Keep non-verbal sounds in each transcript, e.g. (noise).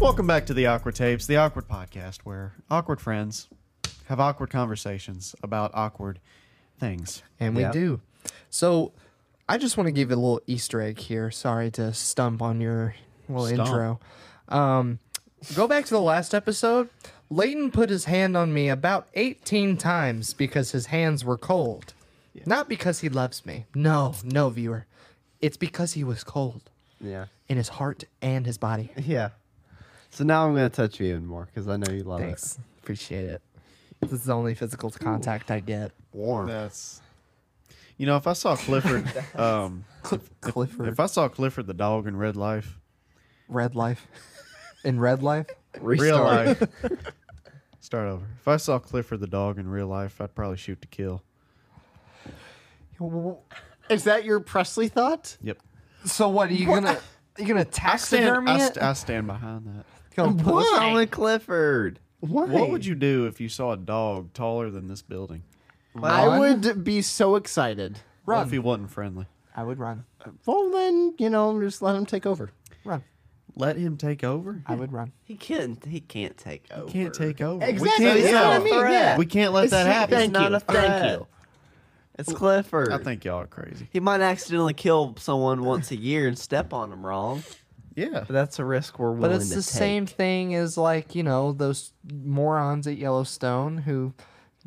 Welcome back to the Awkward Tapes, the awkward podcast where awkward friends have awkward conversations about awkward things. And we do. So I just want to give a little Easter egg here. Sorry to stump on your little intro. Um, go back to the last episode. Leighton put his hand on me about 18 times because his hands were cold. Not because he loves me. No, no, viewer. It's because he was cold Yeah. in his heart and his body. Yeah. So now I'm going to touch you even more because I know you love Thanks. Appreciate it. This is the only physical contact I get. it. Warm. That's you know, if I saw (laughs) Clifford um Cliff, Clifford. if I saw Clifford the dog in red life, Red life. In (laughs) red life? real (laughs) life start over. If I saw Clifford the dog in real life, I'd probably shoot to kill. Is that your Presley thought? Yep. So what are you gonna? Are you gonna taxidermy I, it? st- I stand behind that. Gonna put- What's wrong with Clifford? Why? What would you do if you saw a dog taller than this building? I Run? would be so excited. What if he wasn't friendly? I would run. Well, then you know, just let him take over. Run. Let him take over? I would run. He can't. He can't take over. can't take over. Exactly, We that's can't, what I yeah. mean, yeah. we can't let that happen. Thank not you. a Thank threat. you. It's Clifford. I think y'all are crazy. He might accidentally kill someone once a year and step on him wrong. Yeah. But that's a risk we're willing But it's to the take. same thing as like you know those morons at Yellowstone who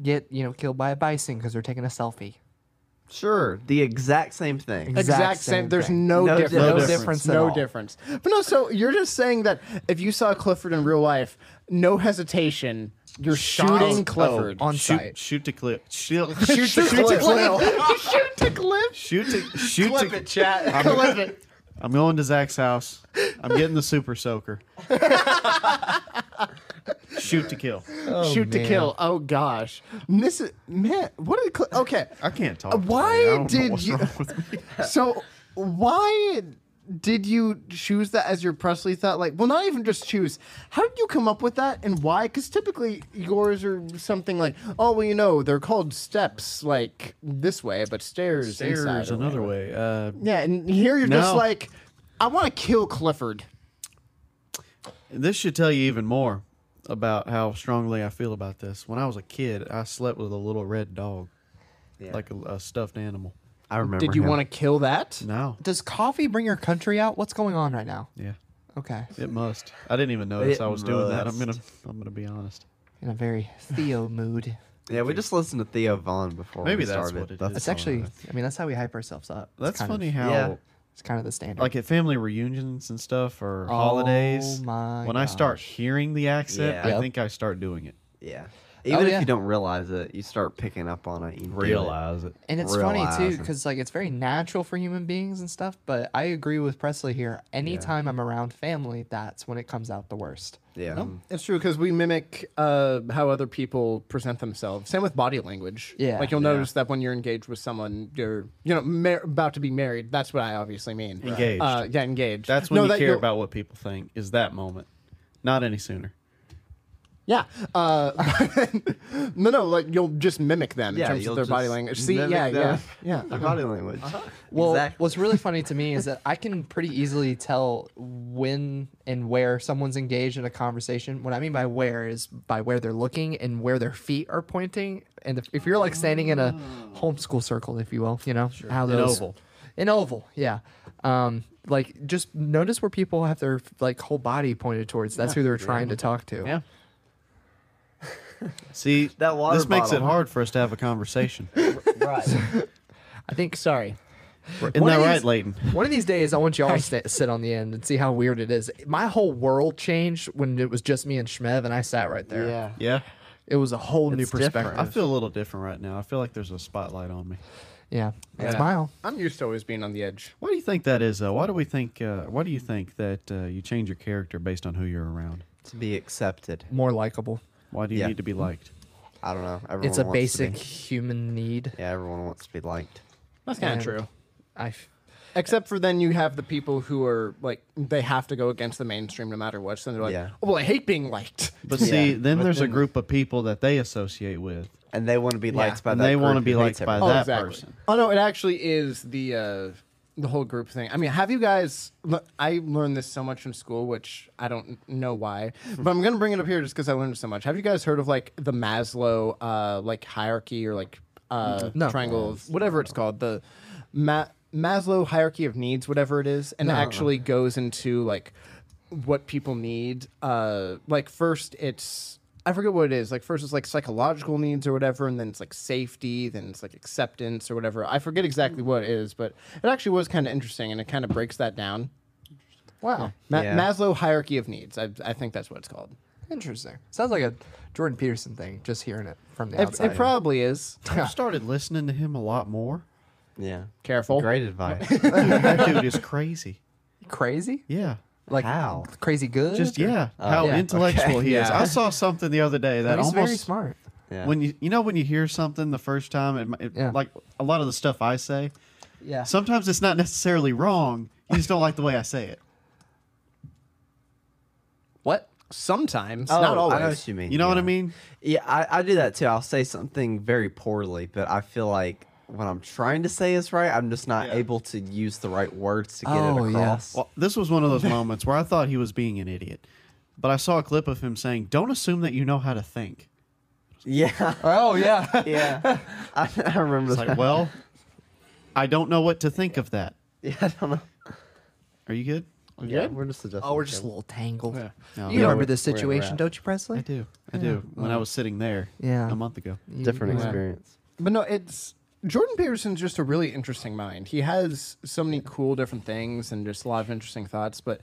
get you know killed by a bison because they're taking a selfie. Sure, the exact same thing. Ex- exact, exact same. same There's thing. no, No difference. difference. No difference at No all. difference. But no, so you're just saying that if you saw Clifford in real life, no hesitation, you're shooting Clifford. on shoot, site. Shoot to clip. Shoot, Oh, (laughs) Shoot to Cliff. (laughs) Shoot to Cliff. shoot to shoot to chat. I'm, I'm going to Zach's house. I'm getting the super (laughs) soaker. shoot to kill. shoot to man. kill. Oh gosh, this is man. What did Cl- okay? I can't talk. today. Why I don't know did what's you- wrong with me. So why did you choose that as your Presley thought? Like, well, not even just choose. How did you come up with that, and why? Because typically yours are something like, oh, well, you know, they're called steps, like this way, but stairs. inside There's or another whatever. way. Uh, Yeah, and here you're just No. like, I want to kill Clifford. this should tell you even more about how strongly I feel about this. When I was a kid, I slept with a little red dog, like a, a stuffed animal. I remember. Did you want to kill that? No. Does coffee bring your country out? What's going on right now? Yeah. Okay, It must. I didn't even notice It I was doing that. I'm gonna. must. I'm gonna be honest. in a very Theo mood. to? Yeah, we just listened to Theo Vaughn before. Maybe we that's started. what it is. That's actually, I mean, that's how we hype ourselves up. It's That's kind funny Of, how, yeah. it's kind of the standard. like at family reunions and stuff or Oh holidays, my when I start hearing the accent, Yeah. I Yep. think I start doing it. Yeah. Even Oh, if yeah. you don't realize it, you start picking up on it. You do it. it. And it's funny Realize too, it. because like it's very natural for human beings and stuff. But I agree with Presley here. Anytime I'm around family, that's when it comes out the worst. Yeah. It's true because we mimic uh, how other people present themselves. Same with body language. Yeah. like you'll notice that when you're engaged with someone, you're you know mar- about to be married. That's what I obviously mean. Engaged. Uh, yeah, engaged. That's when No, you that care you'll- about what people think. Is that moment, not any sooner. Yeah. Uh, (laughs) no, no. Like you'll just mimic them Yeah, in terms you'll of their body just language. See, yeah, mimic yeah, yeah, them. Their body language. Well, Uh-huh. exactly. (laughs) what's really funny to me is that I can pretty easily tell when and where someone's engaged in a conversation. What I mean by where is by where they're looking and where their feet are pointing. And if, if you're like standing in a homeschool circle, if you will, you know how Oh. An those oval. an oval, yeah. Um, like just notice where people have their like whole body pointed towards. That's who they're trying to talk to. Yeah. See, That water this makes it bottle. hard for us to have a conversation. I think so. Sorry. Isn't that right, Leighton? One of these days, I want you all to sta- sit on the end and see how weird it is. My whole world changed when it was just me and Shmev, and I sat right there. Yeah. it was a whole new It's different. perspective. I feel a little different right now. I feel like there's a spotlight on me. Yeah. Yeah. Smile. I'm used to always being on the edge. Why do you think that is, though? Why do we think? Uh, why do you think that uh, you change your character based on who you're around? to be accepted. More likable. Why do you Yeah. need to be liked? I don't know. Everyone It's a wants to be- basic human need. yeah, everyone wants to be liked. That's kind And of true. I f- Except for then you have the people who are like they have to go against the mainstream no matter what. So they're like, Yeah. oh, well, I hate being liked. But Yeah, see, then but there's a then- group of people that they associate with. And they want to be liked by And that they wanna group be who hates liked by everyone. Oh, that exactly. person. Oh no, it actually is the uh, the whole group thing. I mean, have you guys? le- I learned this so much in school, which I don't know why, but I'm gonna bring it up here just because I learned it so much. Have you guys heard of like the Maslow uh, like hierarchy or like uh, No. triangle of whatever it's called the Ma- Maslow hierarchy of needs, whatever it is, and it Uh-huh. actually goes into like what people need. Uh, like first, it's I forget what it is. Like first, it's like psychological needs or whatever, and then it's like safety, then it's like acceptance or whatever. I forget exactly what it is, but it actually was kind of interesting, and it kind of breaks that down. Wow, Ma- Yeah. Maslow hierarchy of needs. I, I think that's what it's called. Interesting. Sounds like a Jordan Peterson thing, just hearing it from the It, outside. it probably is. I've started listening to him a lot more. Yeah. Careful. Great advice. that dude is crazy. crazy? Yeah. Like How? crazy good? Just yeah, how Yeah. intellectual he is. Yeah. I saw something the other day that He's almost very smart. Yeah. When you you know when you hear something the first time, it, mi- it Yeah. like a lot of the stuff I say. Yeah. Sometimes it's not necessarily wrong. You just don't like the way I say it. What? Sometimes, Oh, not always. I know what you mean. You know what I yeah. mean? Yeah, I, I do that too. I'll say something very poorly, but I feel like what I'm trying to say is right. I'm just not able to use the right words to get Oh, it yeah. across. Well, this was one of those moments where I thought he was being an idiot, but I saw a clip of him saying, "Don't assume that you know how to think." (laughs) yeah, Oh yeah. yeah. I, I remember It's that. like, well, I don't know what to think of that. (laughs) yeah, I don't know. Are you good? Yeah, we're just adjusting. Oh, we're just a each other. little tangled. No, you no, remember we're- this we're at- we're situation, at. don't you, Presley? I do. I do. When I was sitting there, Yeah. a month ago. different experience. But no, it's Jordan Peterson's just a really interesting mind. He has so many cool different things and just a lot of interesting thoughts. But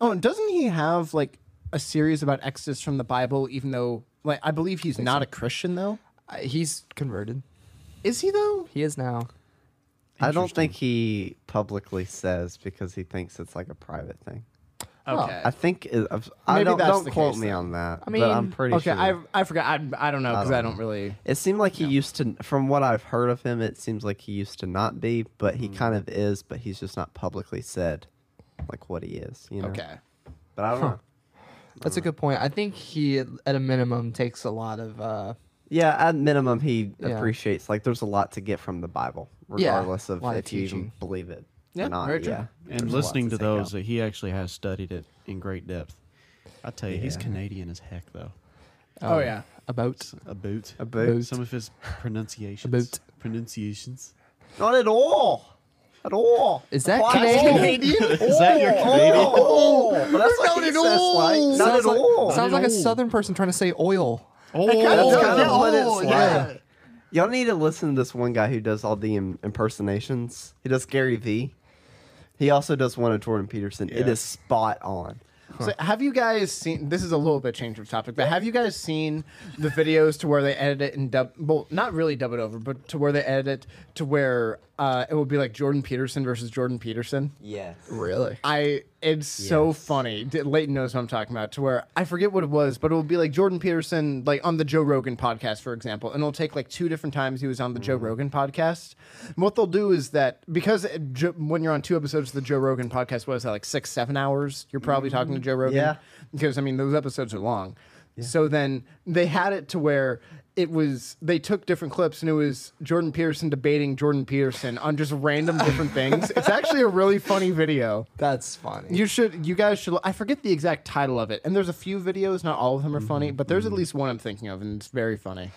oh, and doesn't he have like a series about Exodus from the Bible? Even though, like, I believe he's not a Christian though. Uh, He's converted. Is he though? He is now. I don't think he publicly says because he thinks it's like a private thing. Okay. I think it, I've- I Uh, Maybe don't, that's don't the quote case me then. on that. I I mean, but I'm mean, pretty Okay, sure. I I forgot. I, I don't know because I, don't really. It seemed like he used to, from what I've heard of him, it seems like he used to not be, but Hmm. he kind of is, but he's just not publicly said like what he is, you know? Okay. But I don't know. That's a good point. I think he, at a minimum, takes a lot of. Uh, Yeah, at minimum, he Yeah. appreciates, like, there's a lot to get from the Bible, Yeah, regardless a of lot of if you even teaching. believe it Yeah, or not. very true. Yeah. And There's a lot listening to take out. those, that he actually has studied it in great depth. I tell you, he's Canadian as heck, though. Oh, yeah. a boat. A boot. A boot. Some of (laughs) his pronunciations. boot. Pronunciations. Not at all. At all. Is that Why? Canadian? Is that your Canadian? Oh, well, that's what Not he at says, like, all. Not at Sounds like- all. Sounds like a Oh. southern person trying to say oil. That's Oh, kind yeah. of what it's yeah. like. Y'all need to listen to this one guy who does all the im- impersonations. He does Gary V. He also does one of Jordan Peterson. It Yeah. is spot on. So have you guys seen? This is a little bit change of topic, but have you guys seen the videos to where they edit it and dub? Well, not really dub it over, but to where they edit it to where uh, it will be like Jordan Peterson versus Jordan Peterson. Yes. Really? I it's so funny. D- Leighton knows what I'm talking about. To where I forget what it was, but it will be like Jordan Peterson, like on the Joe Rogan podcast, for example, and it'll take like two different times he was on the Joe Rogan podcast. And what they'll do is that because it, jo- when you're on two episodes of the Joe Rogan podcast, what is that like six, seven hours? You're probably talking to Joe Rogan, Yeah. Because I mean those episodes are long. So then they had it to where it was they took different clips and it was Jordan Peterson debating Jordan Peterson on just random different things. It's actually a really funny video. That's funny. You should. You guys should. I forget the exact title of it. And there's a few videos. Not all of Mm-hmm. them are funny, but there's at least one I'm thinking of, and it's very funny.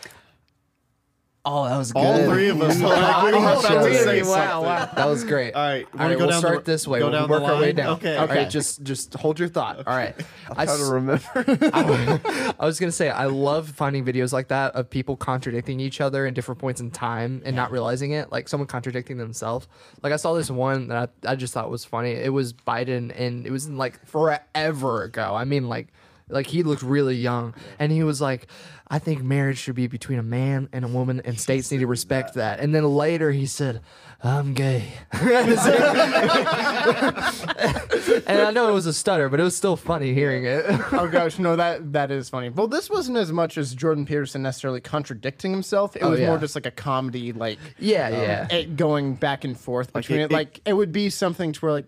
oh, that was good. All three of us. felt like we were about to Really? say Wow, something. wow. That was great. All right, wanna all right. go We'll down the- start this way. go We'll down the work our way line? down. Okay. All Okay. right. Just, just hold your thought. All (laughs) right. I, Try to s- remember. I was gonna say I love finding videos like that of people contradicting each other in different points in time and not realizing it. Like someone contradicting themselves. Like I saw this one that I, I just thought was funny. It was Biden, and it was in like forever ago. I mean, like. Like he looked really young, and he was like, I think marriage should be between a man and a woman, and states need to respect that. And then later he said, I'm gay. (laughs) and I know it was a stutter, but it was still funny hearing it. oh gosh, no, that that is funny. Well, this wasn't as much as Jordan Peterson necessarily contradicting himself. It was Oh, yeah. more just like a comedy, like Yeah, um, yeah. it going back and forth between it- it, Like it would be something to where like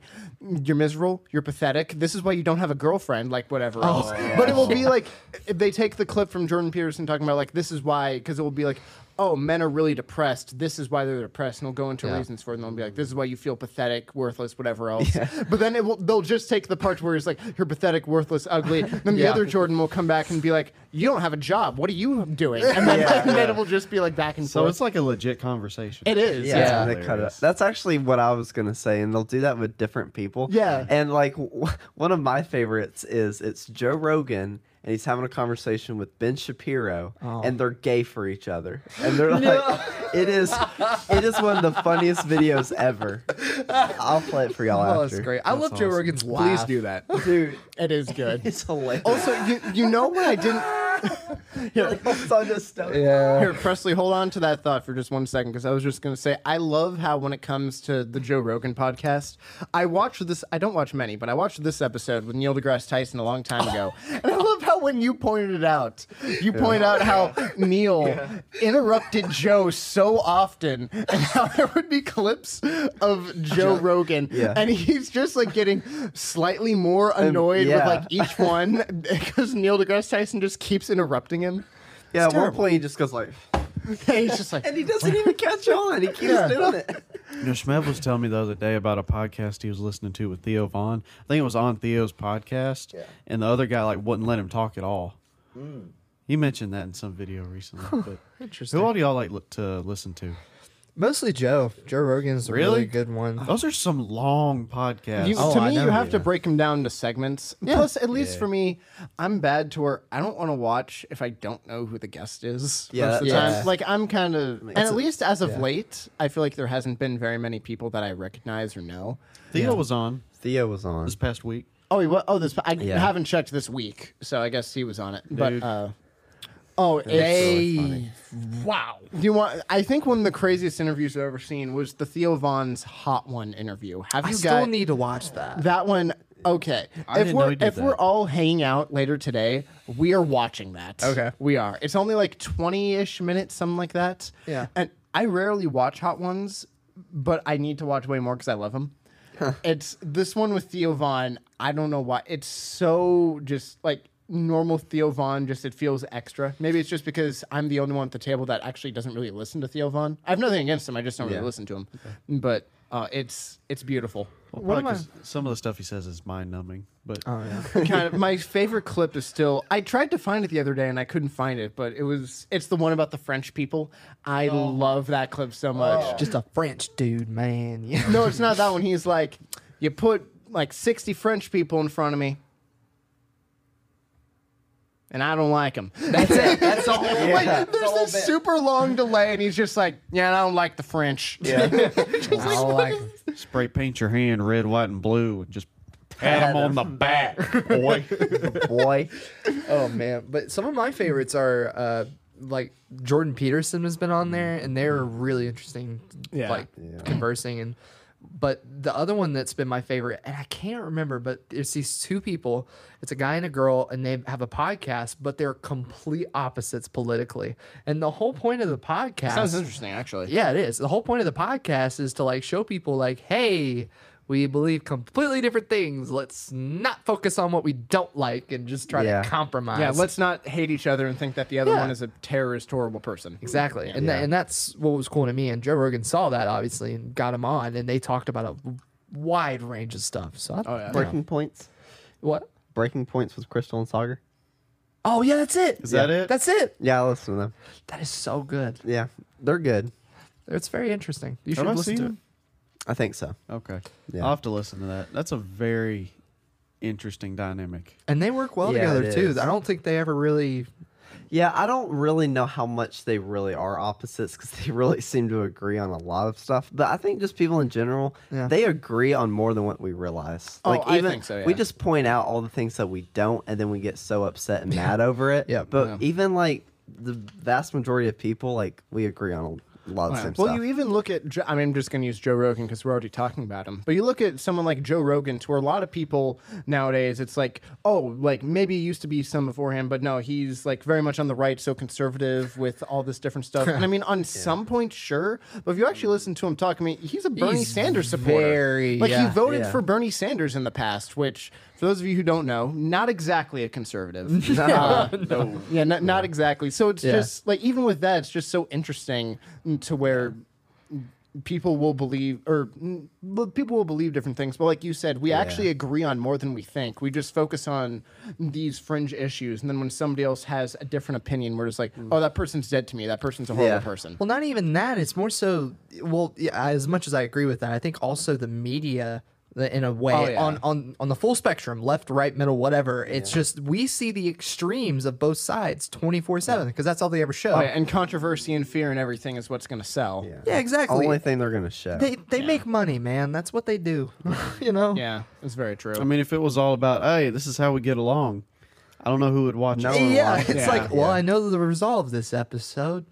you're miserable, you're pathetic. This is why you don't have a girlfriend, like whatever. Oh. else. But it will be like if they take the clip from Jordan Peterson talking about like this is why because it will be like. Oh, men are really depressed. This is why they're depressed, and they'll go into Yeah. reasons for it. And they'll be like, "This is why you feel pathetic, worthless, whatever else." But then it will, they'll just take the parts where it's like, "You're pathetic, worthless, ugly." Then the Yeah. other Jordan will come back and be like, "You don't have a job. What are you (laughs) doing?" And then, and then it will just be like back and So forth. it's like a legit conversation. it is. Yeah, Yeah. and they cut it. That's actually what I was gonna say, and they'll do that with different people. Yeah. and like w- (laughs) one of my favorites is it's Joe Rogan, and he's having a conversation with Ben Shapiro, Oh. and they're gay for each other, (laughs) and they're like, it is, it is one of the funniest videos ever. I'll play it for y'all Oh, after. that's great. I love Joe Rogan's laugh. Please do that. dude. It is good. It's hilarious. (laughs) Oh, also, you, you know what I didn't. (laughs) It's on the stone. Yeah. Here, Presley, hold on to that thought for just one second because I was just going to say I love how when it comes to the Joe Rogan podcast, I watched this. I don't watch many, but I watched this episode with Neil deGrasse Tyson a long (laughs) time ago, and I love how when you pointed it out, you point (laughs) out how Neil interrupted Joe so often, and how there would be clips of Joe Rogan, Yeah. and he's just like getting slightly more annoyed yeah. with like each one because Neil deGrasse Tyson just keeps (laughs) interrupting him. Yeah, at one point he just goes like, He's just like, and he doesn't even catch on. He keeps doing it. You know, Shmev was telling me the other day about a podcast he was listening to with Theo Vaughn. I think it was on Theo's podcast, and the other guy like wouldn't let him talk at all. Hmm. He mentioned that in some video recently. But Interesting. Who all do y'all like li- to listen to? Mostly Joe. Joe Rogan's a really, Really? good one. Those are some long podcasts. You, Oh, to I me, know, you have to yeah. break them down to segments. Plus, at least for me, I'm bad to where I don't want to watch if I don't know who the guest is. Yeah, most of the that- time. yeah. Like I'm kind of, and at sense. least as of late, I feel like there hasn't been very many people that I recognize or know. Theo was on Theo was on. this past week. Oh, he, wa- oh, this I Yeah. haven't checked this week, so I guess he was on it. But Dude. uh, oh, They, wow! You want? I think one of the craziest interviews I've ever seen was the Theo Vaughn's Hot One interview. Have you I guys? still need to watch that. That one, okay. I if didn't know we're he did if we're that. all hanging out later today, we are watching that. Okay. we are. It's only like twenty-ish minutes, something like that. Yeah. and I rarely watch Hot Ones, but I need to watch way more because I love them. it's this one with Theo Vaughn. I don't know why. It's so just like normal Theo Vaughn. Just it feels extra. Maybe it's just because I'm the only one at the table that actually doesn't really listen to Theo Vaughn. I have nothing against him. I just don't Yeah. really listen to him. But uh, it's it's beautiful. Well, am I- probably 'cause some of the stuff he says is mind numbing, but (laughs) kind of my favorite clip is still I tried to find it the other day and I couldn't find it, but it was it's the one about the French people. I Oh. love that clip so much. Just a French dude, man. (laughs) Yeah. No, it's not that one. He's like, you put like sixty French people in front of me. And I don't like (laughs) them. That's it. That's all. Like, there's this super long delay, and he's just like, "Yeah, I don't like (laughs) the French." (laughs) Yeah. I don't like him. spray paint your hand red, white, and blue, and just pat him on the back, (laughs) boy. (laughs) Boy. Oh man, but some of my favorites are uh, like Jordan Peterson has been on there, and they're really interesting, Yeah. like conversing and. But the other one that's been my favorite, and I can't remember, but it's these two people. It's a guy and a girl, and they have a podcast, but they're complete opposites politically. And the whole point of the podcast Sounds interesting, actually. yeah, it is. The whole point of the podcast is to like show people like, hey, we believe completely different things. Let's not focus on what we don't like and just try Yeah. to compromise. Yeah. Let's not hate each other and think that the other Yeah. one is a terrorist, horrible person. exactly. And tha- and that's what was cool to me. And Joe Rogan saw that obviously and got him on, and they talked about a wide range of stuff. So I, Oh, yeah. Breaking points. what? Breaking points with Crystal and Sagar. Oh yeah, that's it. Is that it? That's it. Yeah, I listen to them. That is so good. Yeah, they're good. It's very interesting. You should Have I listen seen to it. him? I think so. Okay. Yeah. I'll have to listen to that. That's a very interesting dynamic. And they work well Yeah, together it too. is. I don't think they ever really. Yeah, I don't really know how much they really are opposites because (laughs) they really seem to agree on a lot of stuff. But I think just people in general, Yeah. they agree on more than what we realize. Oh, like I even think so, we (laughs) yeah. just point out all the things that we don't, and then we get so upset and mad over it. Yeah. But even like the vast majority of people like we agree on a lot of the same Well, stuff. you even look at, Jo- I mean, I'm just going to use Joe Rogan because we're already talking about him, but you look at someone like Joe Rogan, to where a lot of people nowadays, it's like, oh, like maybe he used to be some beforehand, but no, he's like very much on the right, so conservative with all this different stuff. and I mean, (laughs) on some point, sure, but if you actually listen to him talk, I mean, he's a Bernie He's Sanders supporter. very- like, yeah, he voted yeah. for Bernie Sanders in the past, which, for those of you who don't know, not exactly a conservative. Uh, yeah, not, not exactly. So it's Yeah. just like even with that, it's just so interesting to where people will believe or mm, well, people will believe different things. But like you said, we actually agree on more than we think. We just focus on these fringe issues, and then when somebody else has a different opinion, we're just like, oh, that person's dead to me. That person's a horrible Yeah. person. Well, not even that. It's more so. Well, yeah, as much as I agree with that, I think also the media, the- in a way, Oh, yeah. on on on the full spectrum, left, right, middle, whatever. It's just we see the extremes of both sides twenty four seven because that's all they ever show. Oh, yeah, and controversy and fear and everything is what's going to sell. Yeah. Yeah, exactly. Only thing they're gonna show. they they make money, man. That's what they do. (laughs) you know. Yeah, it's very true. I Oh. mean, if it was all about, hey, this is how we get along, I don't know who would watch No it. one Yeah, watches it's it. like, well, I know the resolve of this episode.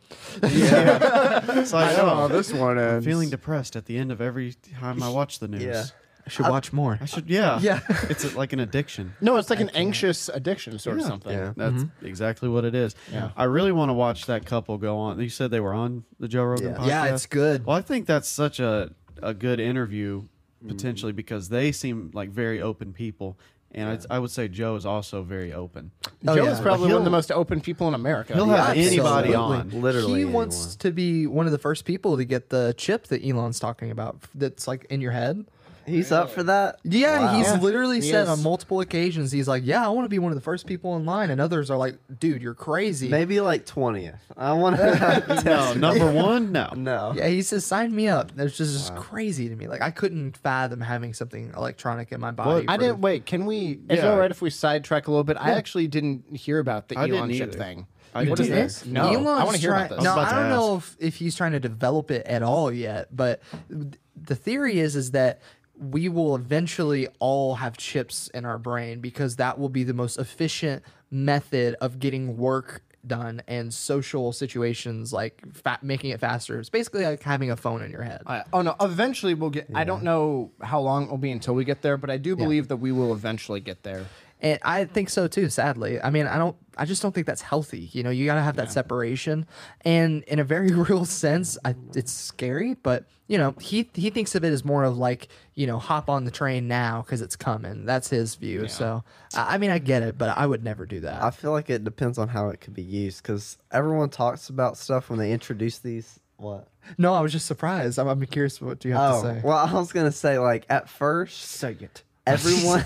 It's like, oh, this one I'm feeling depressed at the end of every time I watch the news. Yeah. Uh, I should watch more. I should, yeah. Yeah. it's like an addiction. No, it's like an anxious addiction sort of something. Yeah. That's Mm-hmm. exactly what it is. I really want to watch that couple go on. You said they were on the Joe Rogan Yeah. podcast. Yeah, it's good. Well, I think that's such a, a good interview potentially because they seem like very open people. And I, I would say Joe is also very open. Oh, Joe yeah. is probably one of the most open people in America. He'll have Yeah, anybody absolutely. on. Literally, he wants anyone. to be one of the first people to get the chip that Elon's talking about. That's like in your head. He's up for that. Yeah, Wow. he's literally He said is. on multiple occasions, he's like, "Yeah, I want to be one of the first people in line," and others are like, "Dude, you're crazy." maybe like twentieth. I want (laughs) to. No, number one, no. Oh, (laughs) no. Yeah, he says, "Sign me up." That's just, just crazy to me. Like, I couldn't fathom having something electronic in my body. I for- didn't wait. Can we? Is it Yeah. all right if we sidetrack a little bit? I actually didn't hear about the I Elon didn't chip either. thing. I what is didn't this? No, I want to hear trying, about this. No, I was I about don't to know if, if he's trying to develop it at all yet, but the theory is is that we will eventually all have chips in our brain because that will be the most efficient method of getting work done and social situations like fa- making it faster. It's basically like having a phone in your head. I- oh no! Eventually, we'll get. I don't know how long it'll be until we get there, but I do believe that we will eventually get there. And I think so too, sadly. I mean, I don't I just don't think that's healthy. You know, you got to have that separation. And in a very (laughs) real sense, I, it's scary, but you know, he he thinks of it as more of like, you know, hop on the train now cuz it's coming. That's his view. So, I I mean, I get it, but I would never do that. I feel like it depends on how it could be used because everyone talks about stuff when they introduce these. What? no, I was just surprised. I'm, I'm curious what you have Oh, to say. well, I was gonna say like at first say it. (laughs) everyone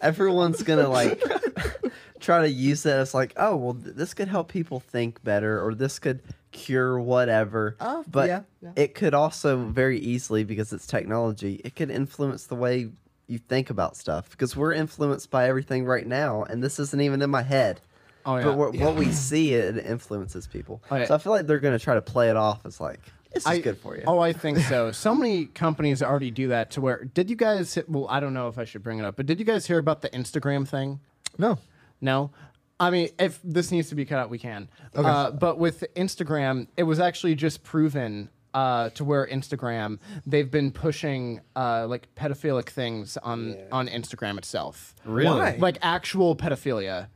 everyone's gonna like try to use that as like oh well th- this could help people think better or this could cure whatever Oh, but yeah, yeah. it could also very easily because it's technology it could influence the way you think about stuff because we're influenced by everything right now and this isn't even in my head Oh, yeah. but what, what we see it influences people Oh, yeah. so i feel like they're gonna try to play it off as like this is I- good for you Oh, I think so. (laughs) So many companies already do that. To where did you guys? Well, I don't know if I should bring it up, but did you guys hear about the Instagram thing? No. No. I mean, if this needs to be cut out, we can. Uh, but with Instagram, it was actually just proven uh, to where Instagram they've been pushing uh, like pedophilic things on on Instagram itself. Really? Why? Like actual pedophilia.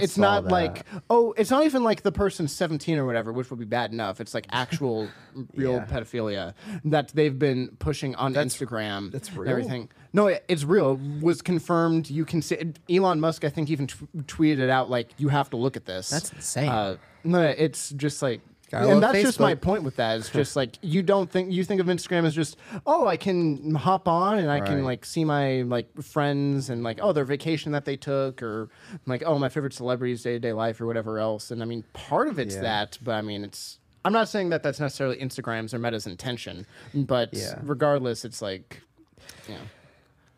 I it's saw not that. like oh, it's not even like the person's seventeen or whatever, which would be bad enough. It's like actual (laughs) real Yeah. pedophilia that they've been pushing on Instagram. that's and real? Everything. No, it, it's real. It Was confirmed. You can see it- Elon Musk. I think even t- tweeted it out like, "You have to look at this." That's insane. Uh, no, it's just like, Gotta love and that's just my Facebook. point with that. It's just like you don't think you think of Instagram as just, oh, I can hop on and I can Right. like see my like friends and like oh their vacation that they took or like oh my favorite celebrities day to day life or whatever else. And I mean, part of it's Yeah. that, but I mean, it's. I'm not saying that that's necessarily Instagram's or Meta's intention, but Yeah. regardless, it's like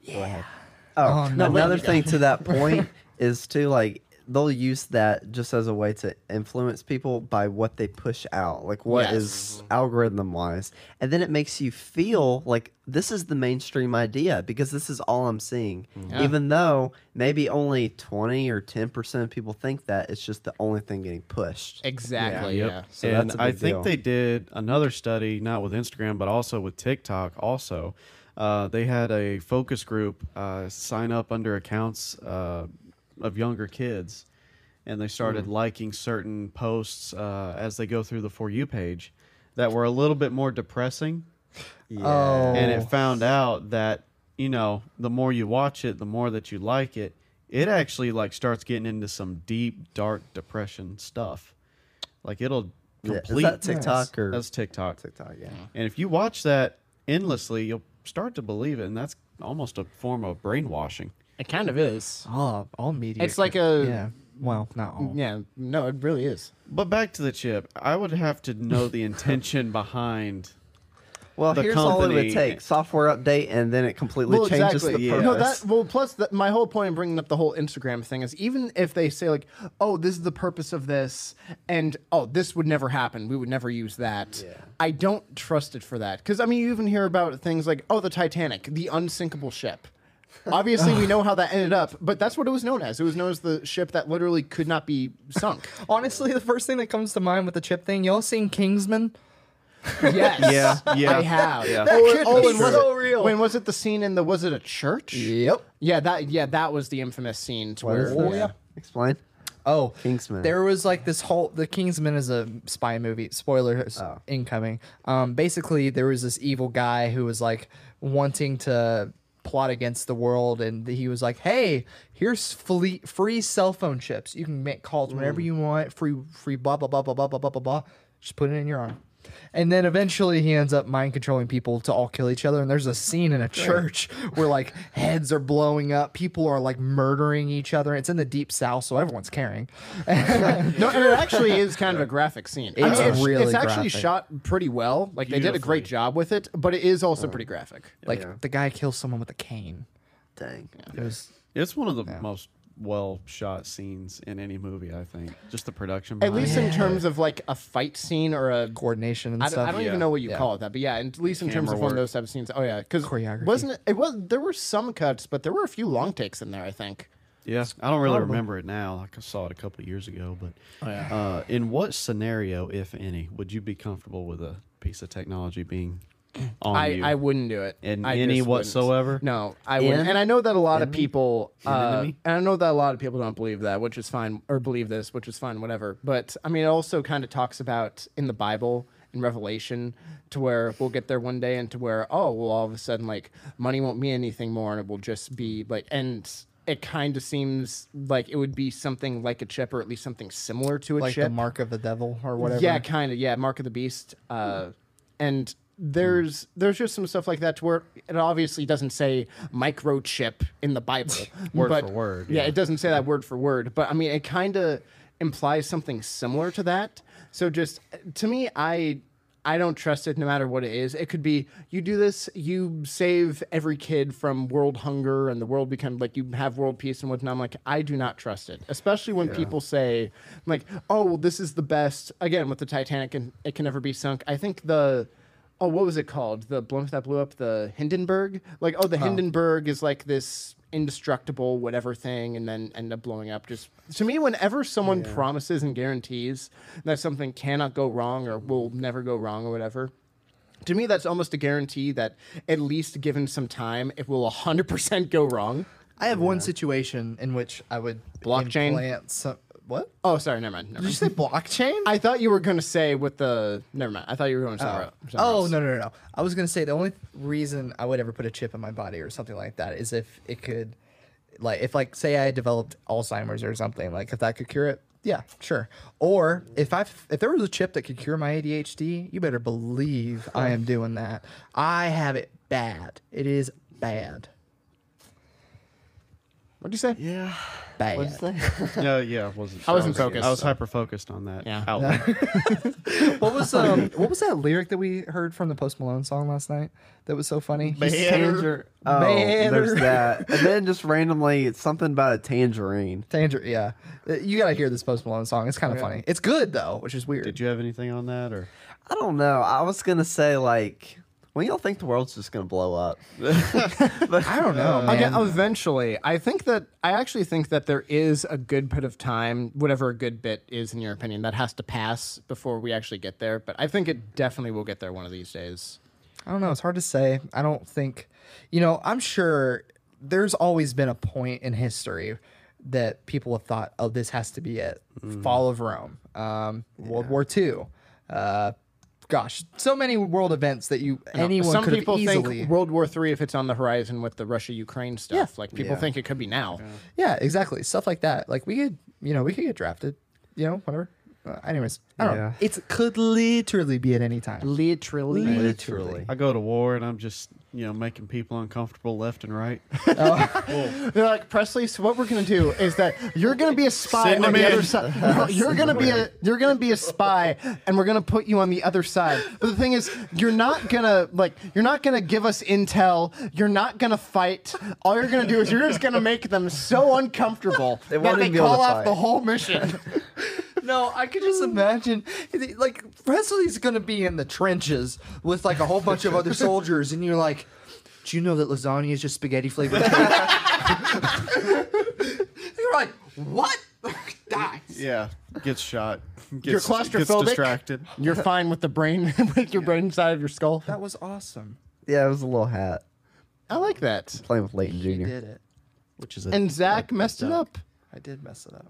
Oh, (laughs) Oh, another thing to that point is too like they'll use that just as a way to influence people by what they push out, like what Yes. is Mm-hmm. algorithm wise, and then it makes you feel like this is the mainstream idea because this is all I'm seeing, Mm-hmm. even though maybe only twenty or ten percent of people think that it's just the only thing getting pushed. Exactly. Yeah. Yep. So and that's a I big think deal. they did another study, not with Instagram, but also with TikTok. Also, uh, they had a focus group uh, sign up under accounts uh, of younger kids, and they Mm. started liking certain posts uh, as they go through the For You page that were a little bit more depressing. Oh, And it found out that you know the more you watch it, the more that you like it. It actually like starts getting into some deep, dark depression stuff. Like it'll Yeah, complete Is that TikTok or that's TikTok. TikTok? Yeah. And if you watch that endlessly, you'll start to believe it, and that's almost a form of brainwashing. It kind of is. all, all media. It's like a. Mm-hmm. yeah. Well, not all. Yeah, no, it really is. But back to the chip, I would have to know (laughs) the intention behind. Well, the here's all it company- would take: software update, and then it completely changes the purpose. No, that well. Plus, that my whole point in bringing up the whole Instagram thing is even if they say like, "Oh, this is the purpose of this," and "Oh, this would never happen. We would never use that." I don't trust it for that because I mean, you even hear about things like, "Oh, the Titanic, the unsinkable ship." Obviously, we know how that ended up, but that's what it was known as. It was known as the ship that literally could not be sunk. Honestly, the first thing that comes to mind with the chip thing, y'all seen Kingsman? yes, Yeah, yeah. I have. Yeah. Oh, could oh, be and was so it, real. When was it the scene in the? Was it a church? Yep. Yeah, that yeah, that was the infamous scene to What where is this? Explain. Oh, Kingsman. There was like this whole. The Kingsman is a spy movie. Spoilers incoming. Um, basically, there was this evil guy who was like wanting to plot against the world, and he was like, "Hey, here's fle- free cell phone chips. You can make calls whenever you want. Free, free, blah blah blah blah blah blah blah blah blah. Just put it in your arm." And then eventually he ends up mind controlling people to all kill each other. And there's a scene in a church where like heads are blowing up, people are like murdering each other. It's in the deep south, so everyone's caring. No, and it (laughs) actually is kind of a graphic scene. I It's mean, it's, really it's actually graphic. shot pretty well. Like they did a great job with it, but it is also pretty graphic. Like the guy kills someone with a cane. Dang. It was It's one of the most well shot scenes in any movie, I think. Just the production. At behind least it. in terms of like a fight scene or a. coordination Oh, and I, d- stuff. I don't yeah. even know what you Yeah. call it that, but yeah, at least in terms Camera of one of work. those type of scenes. Oh yeah, because Choreography. wasn't it, it was there were some cuts, but there were a few long takes in there. I think. yeah, I don't really remember it now. Like I saw it a couple years ago, but Oh, uh, in what scenario, if any, would you be comfortable with a piece of technology (clears throat) being on I, you? I wouldn't do it In I any just wouldn't. whatsoever? No, I wouldn't. In- And I know that a lot of enemy? people, uh, Enemy? and I know that a lot of people don't believe that, which is fine, or believe this, which is fine, whatever. But I mean, it also kind of talks about in the Bible in Revelation to where we'll get there one day, and to where oh, well, all of a sudden like money won't mean anything more, and it will just be like and. It kind of seems like it would be something like a chip, or at least something similar to a like chip. the mark of the devil or whatever. Yeah, kind of. Yeah, Mark of the Beast. Uh, and there's there's just some stuff like that to where it obviously doesn't say microchip in the Bible, Word but- for word, Yeah. yeah. it doesn't say that word for word, but I mean, it kind of implies something similar to that. So just to me, I. I don't trust it no matter what it is. It could be you do this, you save every kid from world hunger and the world becomes like you have world peace and whatnot. I'm like, I do not trust it. Especially when people say, like, oh, well, this is the best. Again, with the Titanic and it can never be sunk. I think the oh, what was it called? The blimp that blew up the Hindenburg? Like, oh, the Hindenburg is like this indestructible whatever thing and then end up blowing up. Just to me, whenever someone promises and guarantees that something cannot go wrong or will never go wrong or whatever. To me, that's almost a guarantee that at least given some time, it will 100% go wrong. I have one situation in which I would Blockchain? implant some- what? Oh, sorry, never mind. Never Did you mind. say blockchain? I thought you were going to say with the. Never mind. I thought you were going to somewhere somewhere Oh else. no no no! no. I was gonna say the only reason I would ever put a chip in my body or something like that is if it could, like if like say I developed Alzheimer's or something like if that could cure it. Yeah, sure. Or if I if there was a chip that could cure my ADHD, you better believe I am doing that. I have it bad. It is bad. What'd you say? (laughs) Yeah. Bad. What'd you say? No, yeah, I wasn't. I wasn't sure. focused. I was hyper focused on that. Yeah. outlet. (laughs) (laughs) What was (laughs) um what was that lyric that we heard from the Post Malone song last night that was so funny? He's tanger- Tanger- oh, Banner. there's (laughs) that. And then just randomly, it's something about a tangerine. Tanger, yeah. Uh, You gotta hear this Post Malone song. It's kind of funny. It's good though, which is weird. Did you have anything on that or? I don't know. I was gonna say like, when y'all think the world's just gonna blow up? but I don't know, man. Again, eventually, I think that I actually think that there is a good bit of time, whatever a good bit is in your opinion, that has to pass before we actually get there. But I think it definitely will get there one of these days. I don't know. It's hard to say. I don't think, you know, I'm sure there's always been a point in history that people have thought, oh, this has to be it. Mm-hmm. Fall of Rome, um, World War II. Uh, gosh, so many world events that you anyone Some could people have easily. think World War Three if it's on the horizon with the Russia Ukraine stuff. Like people Yeah. think it could be now. yeah, exactly. Stuff like that. Like we could, you know, we could get drafted. You know, whatever. Uh, anyways, I don't know. Yeah. It could literally be at any time. Literally. literally, I go to war and I'm just you know making people uncomfortable left and (laughs) right. They're like Presley. So what we're gonna do is that you're gonna be a spy Send on him the in. (laughs) other side. No, you're gonna be a you're gonna be a spy, and we're gonna put you on the other side. But the thing is, you're not gonna like you're not gonna give us intel. You're not gonna fight. All you're gonna do is you're just gonna make them so uncomfortable They that won't they even be able to call off fight. the whole mission. No, I could just imagine, like Presley's gonna be in the trenches with like a whole bunch of (laughs) other soldiers, and you're like, "Do you know that lasagna is just spaghetti flavored?" (laughs) cake?" you're like, "What?" (laughs) Dies. Yeah, gets shot. Gets, you're claustrophobic. Gets distracted. You're fine with the brain (laughs) with your brain side of your skull. That was awesome. yeah, it was a little hat I like that. playing with Leighton I Jr. did it. Which is a And Zach messed it up. I did mess it up.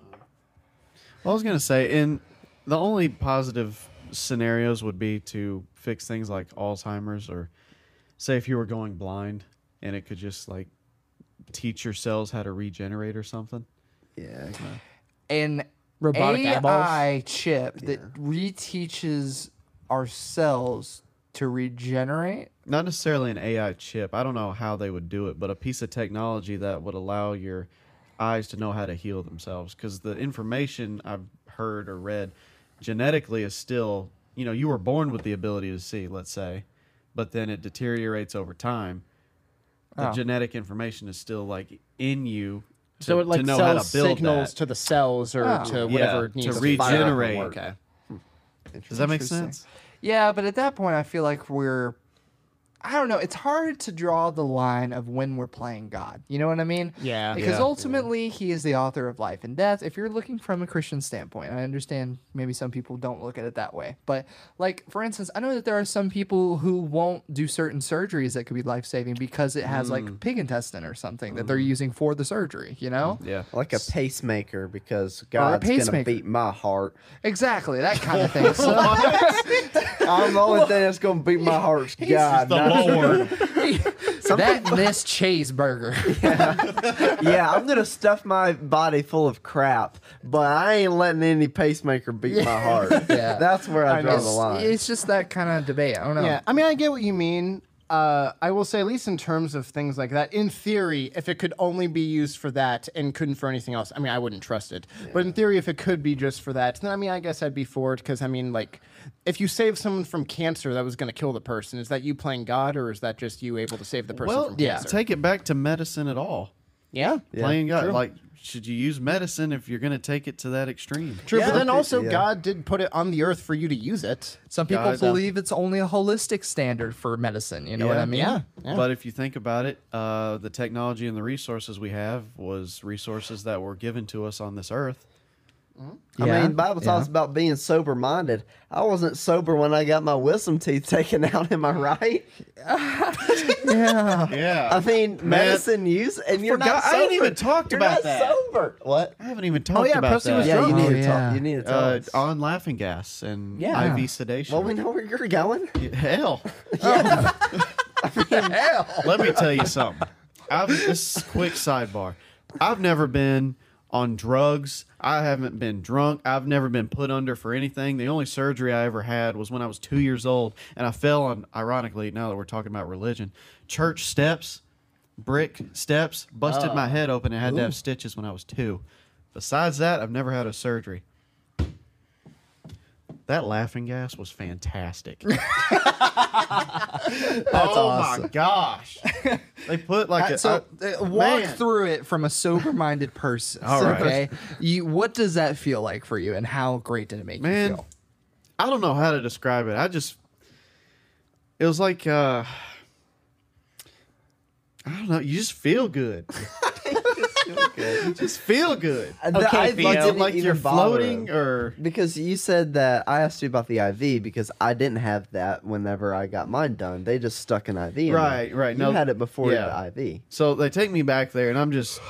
Well, I was gonna say, and the only positive scenarios would be to fix things like Alzheimer's, or say if you were going blind, and it could just like teach your cells how to regenerate or something. Yeah, An Robotic AI eyeballs? chip that reteaches ourselves to regenerate. Not necessarily an AI chip. I don't know how they would do it, but a piece of technology that would allow your eyes to know how to heal themselves. Because the information I've heard or read genetically is still, you know, you were born with the ability to see, let's say, but then it deteriorates over time. The Ah. genetic information is still like in you to, So it like to know how sells to build signals that. to the cells or Oh. to Yeah, whatever to needs regenerate. fire up and Generate. work. Okay. Does that make sense? Yeah, but at that point, I feel like we're. I don't know. It's hard to draw the line of when we're playing God. You know what I mean? Yeah. Because Yeah. ultimately, He is the author of life and death. If you're looking from a Christian standpoint, I understand maybe some people don't look at it that way. But, like, for instance, I know that there are some people who won't do certain surgeries that could be life saving because it has, Mm. like, pig intestine or something that they're using for the surgery, you know? Yeah. like a pacemaker because God's gonna Oh, pacemaker. beat my heart. Exactly. That kind of (laughs) thing. So. I'm the (laughs) only thing that's gonna beat my heart's God. not you. that and this cheeseburger. (laughs) yeah, I'm gonna stuff my body full of crap, but I ain't letting any pacemaker (laughs) beat my heart. Yeah. That's where I, draw the It's, line. it's just that kind of debate. I don't know. Yeah, I mean, I get what you mean. Uh, I will say, at least in terms of things like that, in theory, if it could only be used for that and couldn't for anything else, I mean, I wouldn't trust it. But in theory, if it could be just for that, then I mean, I guess I'd be for it because I mean, like, if you save someone from cancer that was going to kill the person, is that you playing God or is that just you able to save the person Well, from yeah. cancer? Take it back to medicine at all. yeah. Playing God, like, should you use medicine if you're going to take it to that extreme? True, but then also Yeah. God did put it on the earth for you to use it. Some people Guys, um, believe it's only a holistic standard for medicine. You know what Yeah. I mean? Yeah, yeah. But if you think about it, uh, the technology and the resources we have was resources that were given to us on this earth. I Yeah. mean, the Bible talks about being sober minded. I wasn't sober when I got my wisdom teeth (laughs) taken out. Am I right? (laughs) I Yeah. mean, medicine use, and you're not. forgot- I Sober. ain't even talked You're about not that. Sober. What? I haven't even talked Oh, yeah, about Presley that. was Yeah, you drunk. need Oh, to yeah. talk. You need to Uh, talk. on laughing gas and Yeah. IV sedation. well, we know where you're going. Hell, Hell. let me tell you something. I've, this is a quick sidebar. I've never been on drugs. I haven't been drunk. I've never been put under for anything. The only surgery I ever had was when I was two years old, and I fell on. Ironically, now that we're talking about religion, church steps. brick steps, busted my head open, and had to have stitches when I was two. Besides that, I've never had a surgery. That laughing gas was fantastic. oh my gosh! (laughs) They put like a, so I- uh, walk man. through it from a sober-minded person. All right. Okay, you, what does that feel like for you, and how great did it make Man. you feel? I don't know how to describe it. I just it was like uh I don't know, you just feel good. (laughs) you just feel good. Uh, the I Okay, like, Theo. it like you're Even bother floating him. or Because you said that I asked you about the IV because I didn't have that whenever I got mine done. They just stuck an IV. In Right, there. right. You No, had it before yeah. the IV. so they take me back there and I'm just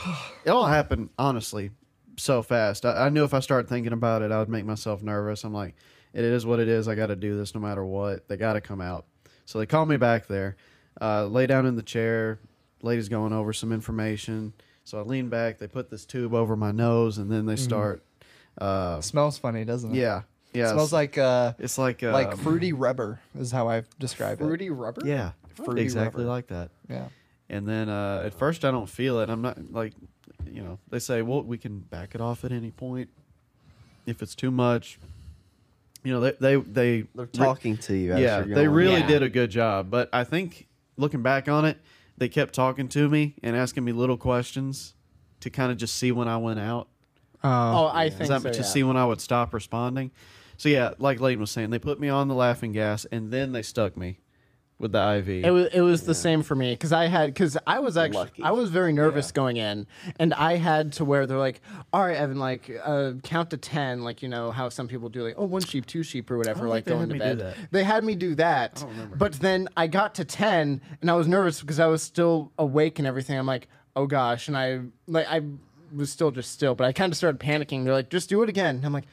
it all happened honestly so fast. I, I knew if I started thinking about it I would make myself nervous. I'm like, it is what it is, I gotta do this no matter what. They gotta come out. So they call me back there, uh, lay down in the chair, lady's going over some information. So I lean back, they put this tube over my nose and then they Mm-hmm. start uh, smells funny, doesn't it? yeah. It Yeah. smells like uh, it's like uh, like fruity rubber is how I describe Fruity rubber? Yeah. Fruity exactly rubber. like that. it. Yeah. And then uh, at first, I don't feel it. I'm not like, you know, they say, well, we can back it off at any point if it's too much. You know, they they they They're talking to you. As yeah, you're they going. really Yeah. did a good job. But I think looking back on it, they kept talking to me and asking me little questions to kind of just see when I went out. Oh, I think Is so. that just yeah. see when I would stop responding? So yeah, like Layton was saying, they put me on the laughing gas and then they stuck me with the IV. It was it was the same for me because I had because I was actually Lucky. I was very nervous going in, and I had to where they're like, all right, Evan, like uh, count to ten, like you know how some people do like oh one sheep, two sheep, or whatever, don't like think going they to had bed. me do that. They had me do that, but then I got to ten, and I was nervous because I was still awake and everything. I'm like, oh gosh, and I like I was still just still, but I kind of started panicking. They're like, just do it again. And I'm like.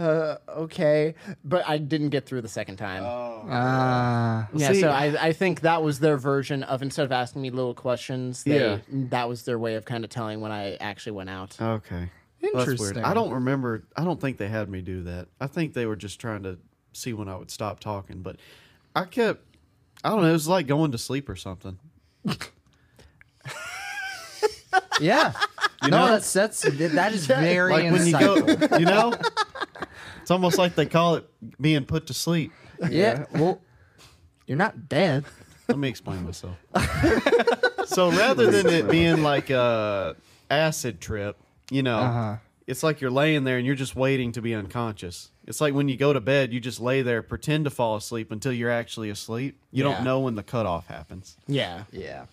Uh, okay, but I didn't get through the second time. Oh, Ah. Yeah, See- so I, I think that was their version of instead of asking me little questions, they, Yeah. Uh, that was their way of kind of telling when I actually went out. Okay. Interesting. I don't remember. I don't think they had me do that. I think they were just trying to see when I would stop talking. But I kept. I don't know. It was like going to sleep or something. yeah. no, that's that's that is very Like when you insightful. go, you know, it's almost like they call it being put to sleep. yeah. Well, you're not dead. Let me explain myself. so rather than it being like a acid trip, you know, Uh-huh. it's like you're laying there and you're just waiting to be unconscious. It's like when you go to bed, you just lay there, pretend to fall asleep until you're actually asleep. You Yeah. don't know when the cutoff happens. Yeah, Yeah.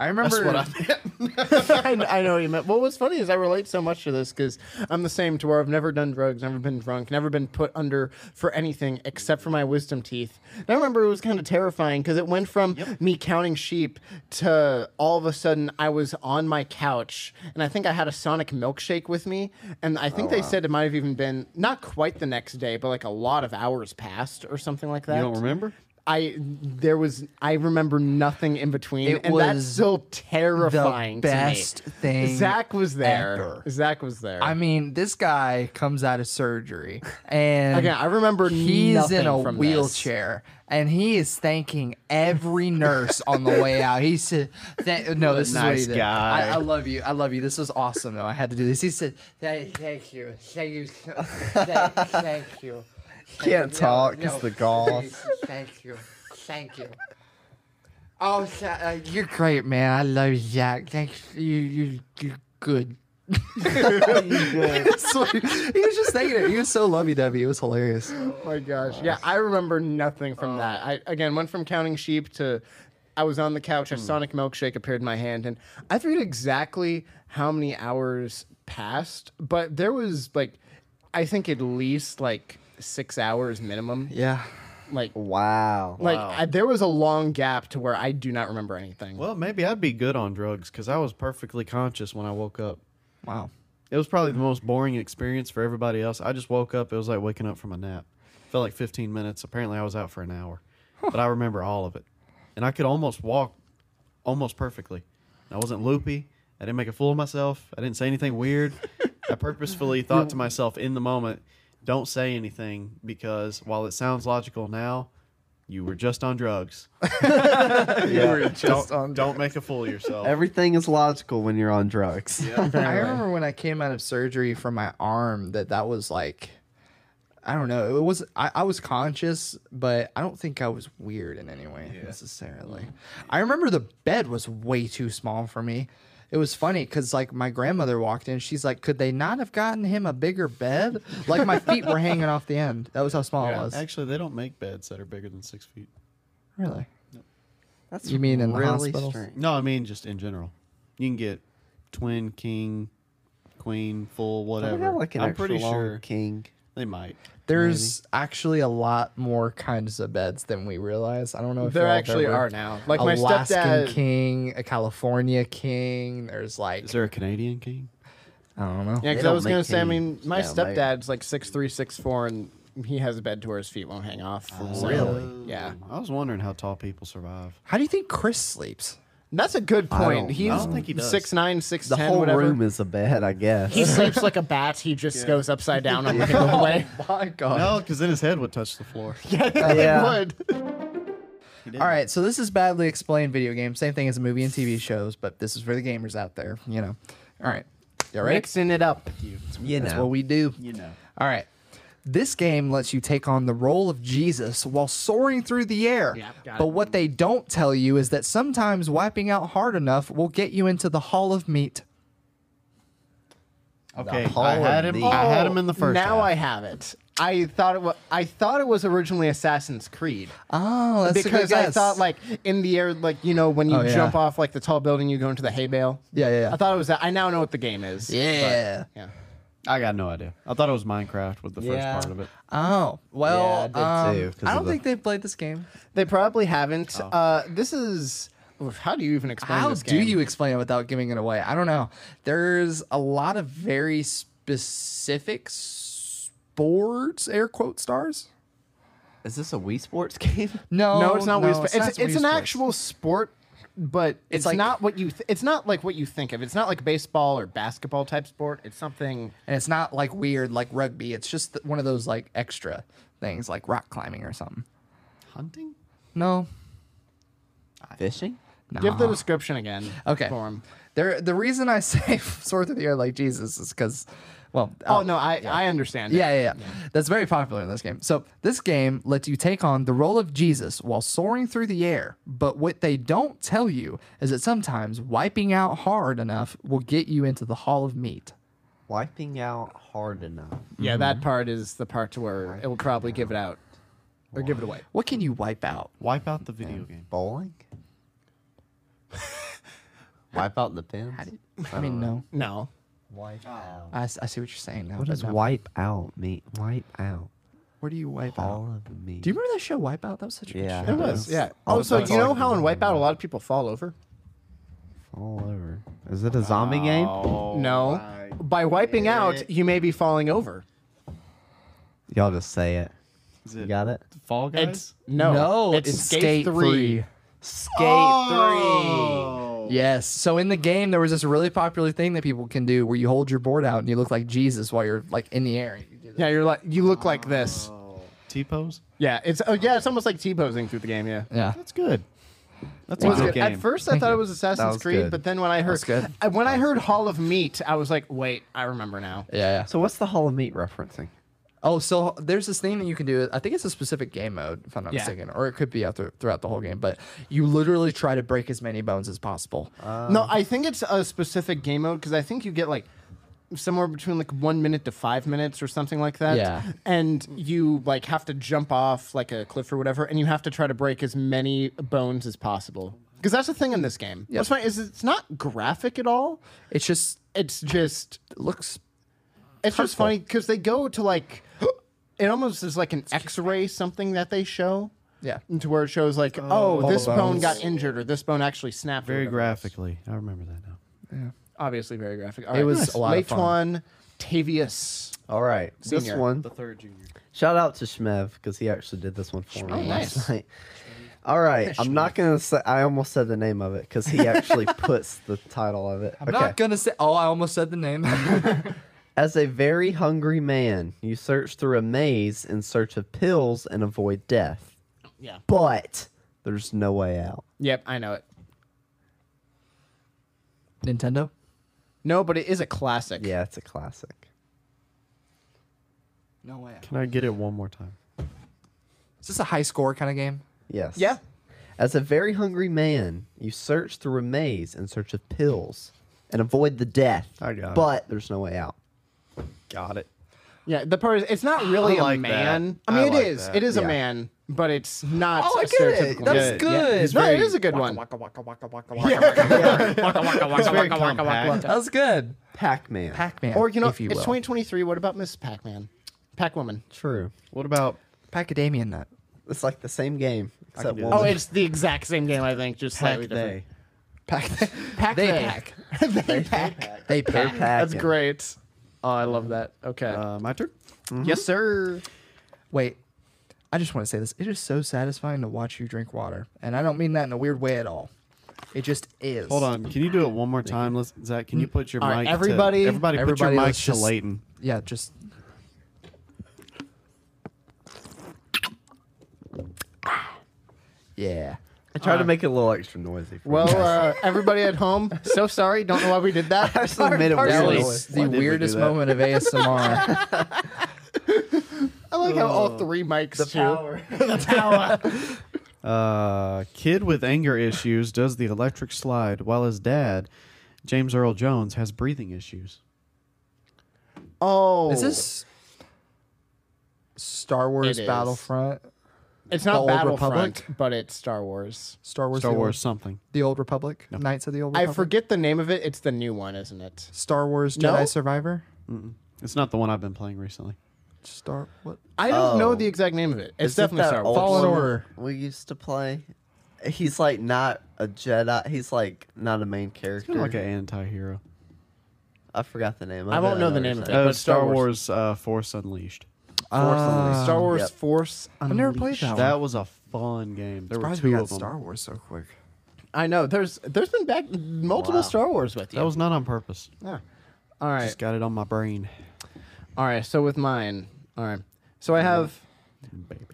I remember. I, (laughs) I know what you meant. Well, what's funny is I relate so much to this because I'm the same to where I've never done drugs, never been drunk, never been put under for anything except for my wisdom teeth. And I remember it was kind of terrifying because it went from me counting sheep to all of a sudden I was on my couch and I think I had a Sonic milkshake with me. And I think they said it might have even been not quite the next day, but like a lot of hours passed or something like that. You don't remember? I there was I remember nothing in between, It and that's was so terrifying. to me. best thing Zach was there. ever. Zach was there. I mean, this guy comes out of surgery, and Again, I remember he's nothing in a from this. wheelchair, and he is thanking every nurse on the way out. He said, "Thank- "No, this is what he Nice did. guy. I, I love you. I love you. This was awesome, though. I had to do this." He said, "Thank, thank you, thank you, (laughs) thank, thank you." Can't talk 'cause the (laughs) gall. please, Thank you, thank you. Oh, Zach, uh, you're great, man. I love you, Zach. Thanks. You, you, you're good. (laughs) That's what he he was just thinking it. He was so lovey-dovey. It was hilarious. Oh my gosh. Yeah, I remember nothing from that. I again went from counting sheep to I was on the couch, a Sonic milkshake appeared in my hand, and I forget exactly how many hours passed, but there was like I think at least like six hours minimum. Yeah. Like Wow. Like I, there was a long gap to where I do not remember anything. Well, maybe I'd be good on drugs because I was perfectly conscious when I woke up. Wow. It was probably the most boring experience for everybody else. I just woke up. It was like waking up from a nap. Felt like 15 minutes. Apparently, I was out for an hour, but I remember all of it, and I could almost walk, almost perfectly. I wasn't loopy. I didn't make a fool of myself. I didn't say anything weird. I purposefully thought to myself in the moment, "Don't say anything because while it sounds logical now, you were just on (laughs) drugs. (laughs) Yeah. don't, don't make a fool of yourself. Everything is logical when you're on drugs. (laughs) I remember when I came out of surgery from my arm that that was like, I don't know. It was I, I was conscious, but I don't think I was weird in any way necessarily. I remember the bed was way too small for me. It was funny because like my grandmother walked in, she's like, "Could they not have gotten him a bigger bed?" Like my feet were hanging off the end. That was how small it was. Actually, they don't make beds that are bigger than six feet. Really? That's You mean in the really hospitals? strange. No, I mean just in general. You can get twin, king, queen, full, They whatever. got like an I'm extra pretty long sure king. they might. There's actually a lot more kinds of beds than we realize. I don't know if There y'all have actually ever- are now. Like my Alaskan stepdad. king, a California king. There's like Is there a Canadian king? I don't know. Yeah, because They I don't was gonna make say. I any mean, my down there. stepdad's like six three, six four, and he has a bed to where his feet won't hang off. So, really? Yeah. I was wondering how tall people survive. How do you think Chris (laughs) sleeps? That's a good I point. don't He's know. I six don't nine, think he six does. ten, The whole whatever. room is a bed, I guess. He sleeps like a bat. He just goes upside down (laughs) on the whole way. My God. No, because then his head would touch the floor. yeah. All right, so this is badly explained video game. Same thing as movie and TV shows, but this is for the gamers out there. You know. All right. You all right? Mixing it up. You That's know. what we do. You know. All right. This game lets you take on the role of Jesus while soaring through the air. Yeah, got but it. what they don't tell you is that sometimes wiping out hard enough will get you into the Hall of Meat. Okay, Hall I had of him. Meat. I had Oh, him in the first. Now half. I have it. I thought it was. I thought it was originally Assassin's Creed Oh, that's a good because I guess. thought like in the air, like you know when you Oh, yeah. jump off like the tall building, you go into the hay bale. Yeah, yeah, yeah. I thought it was that. I now know what the game is. Yeah. But, yeah. I got no idea. I thought it was Minecraft with the Yeah. first part of it. Oh well, Yeah, I did um, too, 'cause I don't of the- think they've played this game. They probably haven't. Uh, this is. oof, How do you even explain Oh. How this do game? you explain it without giving it away? I don't know. There's a lot of very specific sports, air quote stars. Is this a Wii Sports (laughs) game? No, No, it's not Wii Sports. It's, not it's, an Wii Sports. actual sport, but it's, like- not what you. Th- it's not like what you think of. It's not like baseball or basketball type sport. It's something. and it's not like weird like rugby. It's just th- one of those like extra things, like rock climbing or something. Hunting? No, Fishing? no. Give the description again. Uh-huh. okay. For 'em. There, the reason I (laughs) say soar through the air like Jesus is because, well, Oh uh, no, I I understand. Yeah, It. yeah, yeah. That's very popular in this game. So this game lets you take on the role of Jesus while soaring through the air. But what they don't tell you is that sometimes wiping out hard enough will get you into the Hall of Meat. Wiping out hard enough. Yeah, Mm-hmm. that part is the part to where it will probably give it out or give it away. What can you wipe out? Wipe out the video game. (laughs) Bowling? Wipe out the pins? I Uh, mean, no. No. Wipe out. I, s- I see what you're saying now. What but does no. wipe out mean? Wipe out. Where do you wipe out? All of me. Do you remember that show Wipeout? That was such a Yeah. good show. It was. Yeah. Oh, Oh, so that's you all know I how in Wipeout a lot of people fall over? all over? Is it a zombie game? Oh, no. By wiping out, you may be falling over. Y'all just say it. Is You it got it? Fall Guys? It's no. No, it's, skate, three. Skate Oh. Yes. So in the game, there was this really popular thing that people can do where you hold your board out and you look like Jesus while you're like in the air. You do that. Yeah, you're like you look like this. T-pose? Yeah, it's oh yeah, it's almost like T posing through the game. Yeah. Yeah. That's good. That's Was a good it- game. At first, I thought it was Assassin's was Creed, good. but then when I heard good. I- when I heard Hall of Meat, I was like, wait, I remember now. Yeah. yeah. So what's the Hall of Meat referencing? Oh, so there's this thing that you can do. I think it's a specific game mode, if I'm not Yeah. mistaken, or it could be out thr- throughout the whole game. But you literally try to break as many bones as possible. no, Um, I think it's a specific game mode because I think you get like somewhere between like one minute to five minutes or something like that. Yeah. And you like have to jump off like a cliff or whatever, and you have to try to break as many bones as possible. Because that's the thing in this game. What's funny is it's not graphic at all. it's just It's just it looks. It's just funny because they go to like (gasps) it almost is like an X-ray something that they show Yeah. to where it shows like oh, this the bone Uh, bones. got injured or this bone actually snapped. or Very whatever. graphically. I remember that now. Obviously, very graphic. All It was a lot of fun. Laetwan, Tavius. All right. This Senior. one. third junior. Shout out to Shmev because he actually did this one for me last nice. night. All right, I'm not gonna say. I almost said the name of it because (laughs) he actually puts the title of it. I'm not gonna say. Oh, I almost said the name. (laughs) As a very hungry man, you search through a maze in search of pills and avoid death. Yeah. But there's no way out. Yep, I know it. Nintendo. No, but it is a classic. Yeah, it's a classic. No way. Can I get it one more time? Is this a high score kind of game? Yes. Yeah. As a very hungry man, you search through a maze in search of pills and avoid the death. I got it. But there's no way out. Got it. Yeah, the part is it's not really I like a that. man. I I mean, it like is. that. It is a Yeah. man, but it's not. Oh, I a get it. stereotypical That man. was good. It's It's no, it very- is a good one. Waka waka waka waka waka waka waka waka waka very waka waka compact. waka. That was good. Pac-Man. Pac-Man. Oh, Or you know, if you it's will. 2023. What about Miss Pac-Man, Pac-Woman? True. What about Pacadamia nut. It's like the same game except do one. Oh, it's the exact same game, I think, just slightly different. Pac-Day. Pac. Pac They Day. pack. (laughs) they pack. They pack. That's great. Oh, I love that. Okay. uh, my turn? Yes, sir. Wait, I just want to say this. It is so satisfying to watch you drink water, and I don't mean that in a weird way at all. It just is. Hold on. Can you do it one more time, Let's, Zach? Can you put your All mic? right, to- everybody- everybody, put everybody, your mic let's to just- Leighton. Yeah, just yeah. I tried to make it a little extra noisy. For Well, you guys. uh, everybody at home, so sorry. Don't know why we (laughs) did that. actually made it That Really? was Why the did we do weirdest that? moment (laughs) of ASMR. I like how all Oh. three mics the too. (laughs) Uh, kid with anger issues does the electric slide while his dad, James Earl Jones, has breathing issues. Oh, is this Star Wars is. Battlefront? It's The not Old Battlefront, Republic? but it's Star Wars. Star Wars. Star the Wars Old, something. the Old Republic. Knights of the Old I Republic. forget the name of it. It's the new one, isn't it? Star Wars Jedi No? Survivor. It's not the one I've been playing recently. Star what? I don't know Oh. the exact name of it. Is It's it definitely that Star old Wars. Fallen one Order. We used to play. He's like not a Jedi. He's like not a main character. Kind of like an anti-hero. I forgot the name. I won't know the name of it. Uh, but Star Star Wars. Wars uh, Force Unleashed. Star Wars Yep. Force. I've never played that one. That was a fun game. There were Surprised we two got of them. Star Wars so quick. I know. There's there's been back multiple Star Wars with you. That was not on purpose. Yeah. All right. Just got it on my brain. All right. So with mine. All right. So I have Baby.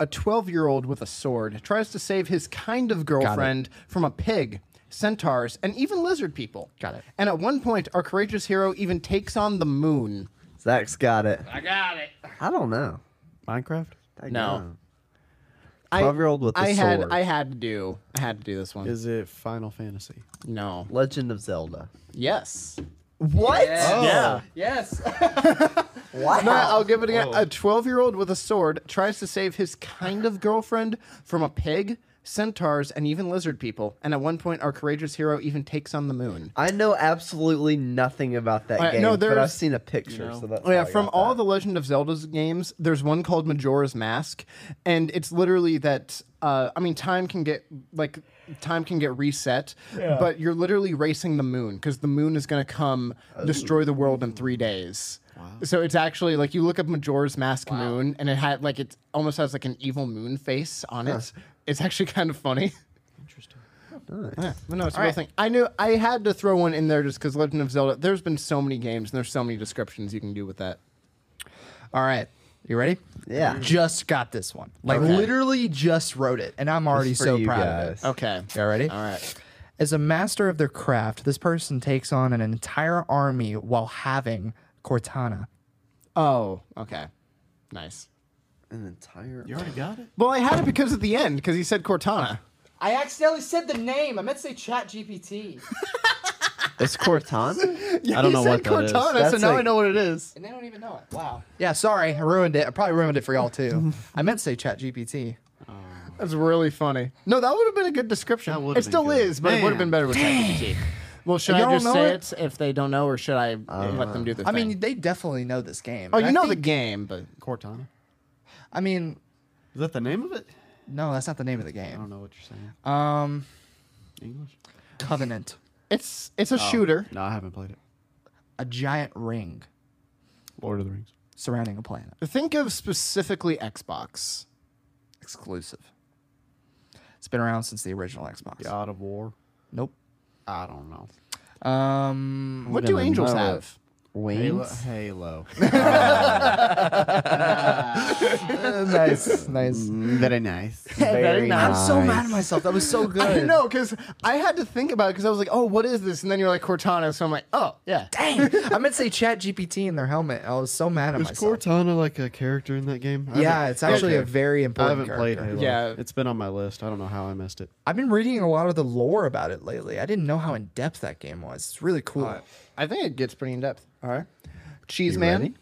a 12 year old with a sword tries to save his kind of girlfriend from a pig, centaurs, and even lizard people. Got it. And at one point, our courageous hero even takes on the moon. Zach's got it. I got it. I don't know. Minecraft? I No. don't. I- 12-year-old with a I had sword. I had to do I had to do this one. Is it Final Fantasy? no. Legend of Zelda. Yes. What? Yeah. (laughs) Yes. Wow. No, I'll give it again. A 12 year old with a sword tries to save his kind of girlfriend from a pig, centaurs, and even lizard people. And at one point, our courageous hero even takes on the moon. I know absolutely nothing about that Uh, game, no, but I've there's- seen a picture, so that's Oh, yeah, how I from got all that. the Legend of Zelda's games, there's one called Majora's Mask, and it's literally that. Uh, I mean, time can get like time can get reset, but you're literally racing the moon because the moon is going to come destroy the world in three days. So it's actually like you look up Majora's Mask moon, and it had like it almost has like an evil moon face on it. It's actually (laughs) kind of funny. Yeah, but no, it's a real thing. I knew I had to throw one in there just because Legend of Zelda. There's been so many games and there's so many descriptions you can do with that. All right. You ready? Yeah. Just got this one. Like Okay. literally just wrote it, and I'm already for so you proud of guys. it. Okay. Y'all ready? All right. As a master of their craft, this person takes on an entire army while having Cortana. Oh, okay. Nice. an entire. You already got it? Well, I had it because at the end, because he said Cortana. I accidentally said the name. I meant to say Chat GPT. It's Cortana. Yeah, I don't he know said what that is. Cortana, so That's now I like- know what it is. And they don't even know it. Wow. Yeah, sorry, I ruined it. I probably ruined it for y'all too. I meant to say Chat GPT. That's really funny. No, that would have been a good description. That would've It been still good. is, but it would have been better with ChatGPT. Well, should You I don't just know say it? it? if they don't know, or should I let them do the I thing? mean, they definitely know this game. oh, And you I know the think- game, but Cortana? I mean, Is that the name of it? no, that's not the name of the I don't game. know what you're saying. Um, English? Covenant, it's it's a shooter. Oh, No, I haven't played it. a giant ring Lord of the Rings. surrounding a planet. Think of specifically Xbox. exclusive. It's been around since the original Xbox. God of War. Nope. I don't know. Um, What gonna do angels know have? it. Halo. Wings. (laughs) Halo. nice, nice. Very (laughs) nice. Very I'm so nice. mad at myself. That was so good. I know, because I had to think about it because I was like, oh, what is this? And then you're like, Cortana. So I'm like, oh, yeah. Dang, I meant to say Chat GPT in their helmet. I was so mad at Is myself. Cortana like a character in that game? I Yeah, haven't- it's actually Okay. a very I important haven't played character. Halo. Yeah. It's been on my list. I don't know how I missed it. I've been reading a lot of the lore about it lately. I didn't know how in depth that game was. It's really cool. I think it gets pretty in depth. All right. Cheese man. ready?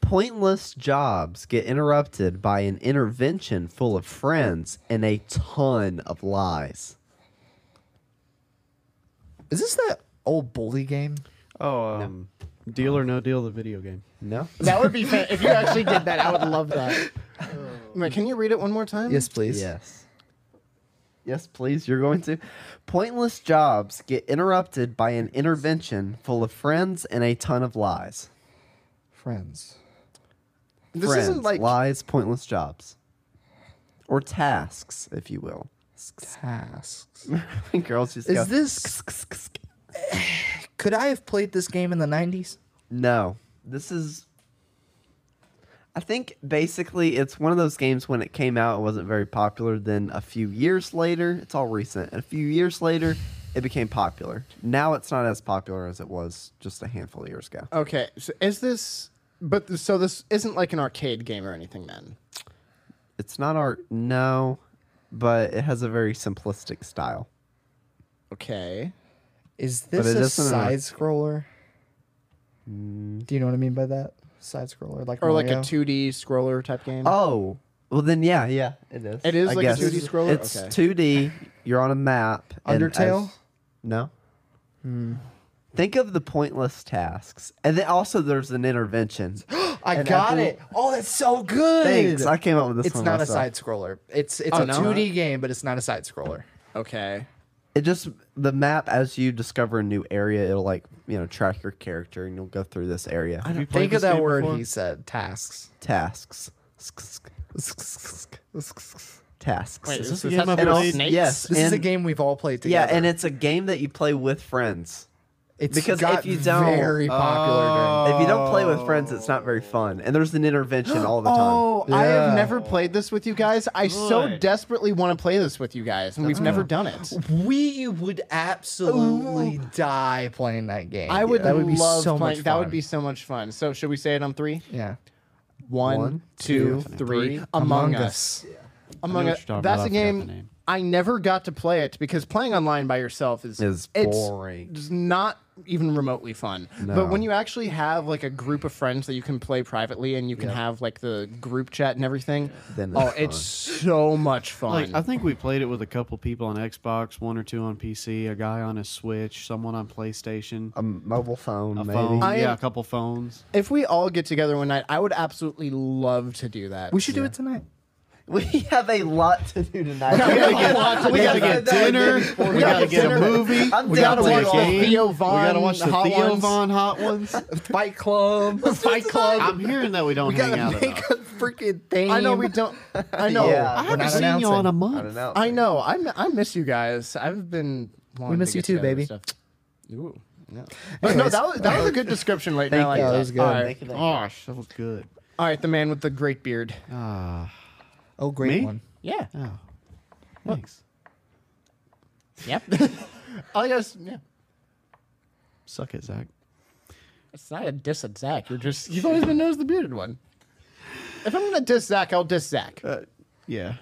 Pointless jobs get interrupted by an intervention full of friends and a ton of lies. Is this that old bully game? Oh, um, Deal or No Deal, the video game. No? That would be fan- if you actually did that. I would love that. Wait, Can you read it one more (laughs) time? Yes, please. Yes. Yes, please. You're going to. Pointless jobs get interrupted by an intervention full of friends and a ton of lies. Friends. This friends, isn't like lies, pointless jobs, or tasks, if you will. (laughs) Tasks. Girls just go, Is this? Could I have played this game in the '90s? No, this is. I think basically it's one of those games when it came out, it wasn't very popular. Then a few years later, it's all recent. A few years later, it became popular. Now it's not as popular as it was just a handful of years ago. okay. So is this? But th- so this isn't like an arcade game or anything then. It's not art, no, but it has a very simplistic style. Okay. Is this it a isn't an ar- side scroller? Mm. Do you know what I mean by that? Side scroller, like Or like a Mario? 2D scroller type game. Oh, well then, yeah, yeah, it is. It is like a 2D scroller? It's Okay. 2D. You're on a map. and as- Undertale? Hmm. no. Think of the pointless tasks, and then also there's (gasps) an intervention. I And got Apple- it. Oh, that's so good. Thanks, I came up with this It's one not a myself. side scroller. It's it's Oh, a no? 2D game, but it's not a side scroller. Okay. It just the map as you discover a new area, it'll like you know track your character, and you'll go through this area. Have you played Think of this that game word before? he said. Tasks. Tasks. Tasks. Wait, Is this is this a game I has to do with played? snakes? Yes. This is a And- game we've all played Yeah, together. and it's a game that you play with friends. it's because got if you don't- Oh. very popular. during- If you don't play with friends, it's not very fun. And there's an intervention all the time. Oh, I Yeah. have never played this with you guys. I so desperately want to play this with you guys, and we've never (laughs) done it. We would absolutely Oh. die playing that game. I would, That would be love so playing. much. That fun. would be so much fun. So should we say it on three? yeah. One, two, three. Among, Us. Among what Us. you're talking That's about. a I forgot the game name. I never got to play it because playing online by yourself is Is it's boring. just not even remotely fun. But when you actually have like a group of friends that you can play privately and you can have like the group chat and everything, Then oh, it's it's so much fun. Like, I think we played it with a couple people on Xbox, one or two on PC, a guy on his Switch, someone on PlayStation, A mobile phone, a maybe. phone, I yeah, am- a couple phones. if we all get together one night, I would absolutely love to do that. We should do it tonight. We have a lot to (laughs) do tonight. We gotta get- we gotta get dinner. We gotta get a movie. I'm We gotta down watch with the game. Theo we gotta Von watch the Hot Theo Ones. Von Hot Ones. Fight Club. Fight Club. I'm hearing that we don't We hang out gotta make enough. a freaking thing. I know we don't. (laughs) I know. Yeah. I We're haven't not seen you announcing. all in a I don't month. know. I know. I, m- I miss you guys. I've been. wanting We miss to you get too, together baby. and stuff. Ooh. Yeah. But (laughs) no, Anyways. that was that was a good description. Late now, you. like Yeah, that was good. All right. Gosh, that was good. All right, the man with the great beard. Oh, great Me? one. Yeah. Oh, thanks. (laughs) Yep. I guess. Yeah. Suck it, Zach. It's not a diss at Zach. You're just you've always been known as the bearded one. If I'm gonna diss Zach, I'll diss Zach. Uh, Yeah,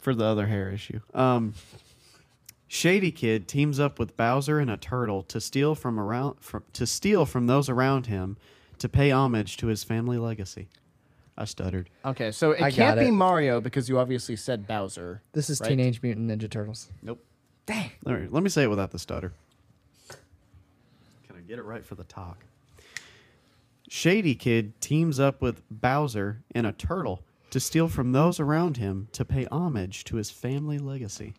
for the other hair issue. Um, Shady Kid teams up with Bowser and a turtle to steal from around from, to steal from those around him to pay homage to his family legacy. I stuttered. Okay, so it I got can't be it. Mario because you obviously said Bowser. This is right? Teenage Mutant Ninja Turtles. Nope. Dang. All right, let me say it without the stutter. Can I get it right for the talk? Shady Kid teams up with Bowser and a turtle to steal from those around him to pay homage to his family legacy.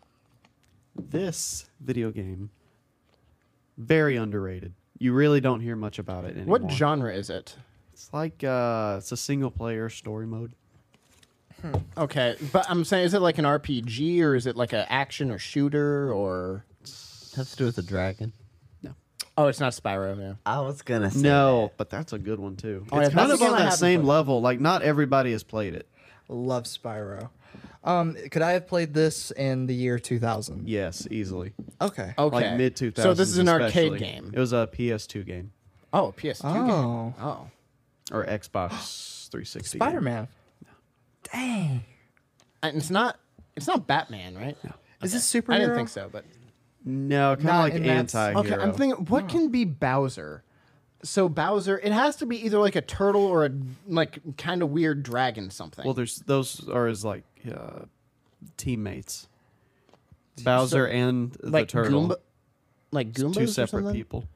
This video game, very underrated. You really don't hear much about it anymore. What genre is it? It's like uh, it's a single player story mode. Okay, but I'm saying, is it like an RPG or is it like an action or shooter or? has to do with the dragon. No, Oh, it's not Spyro. Yeah. I was gonna say (laughs) No, but that's a good one too. Oh, yeah, it's kind that's of the on game I that haven't same played. level. Like not everybody has played it. Love Spyro. Um, could I have played this in the year 2000? Yes, easily. Okay. Okay. Like mid 2000s. So this is an arcade game. It was a PS2 game Oh, PS2 Oh. game. Oh. or Xbox 360. game. Spider Man. Dang. And it's not. It's not Batman, right? Is this superhero? I didn't think so, but No, kind of Not like in that- anti-hero. okay. I'm thinking, what can be Bowser? So Bowser, it has to be either like a turtle or a like kind of weird dragon something. Well, there's those are his like uh, teammates. Bowser and the like turtle. Goomba, like Goombas two or separate something? people.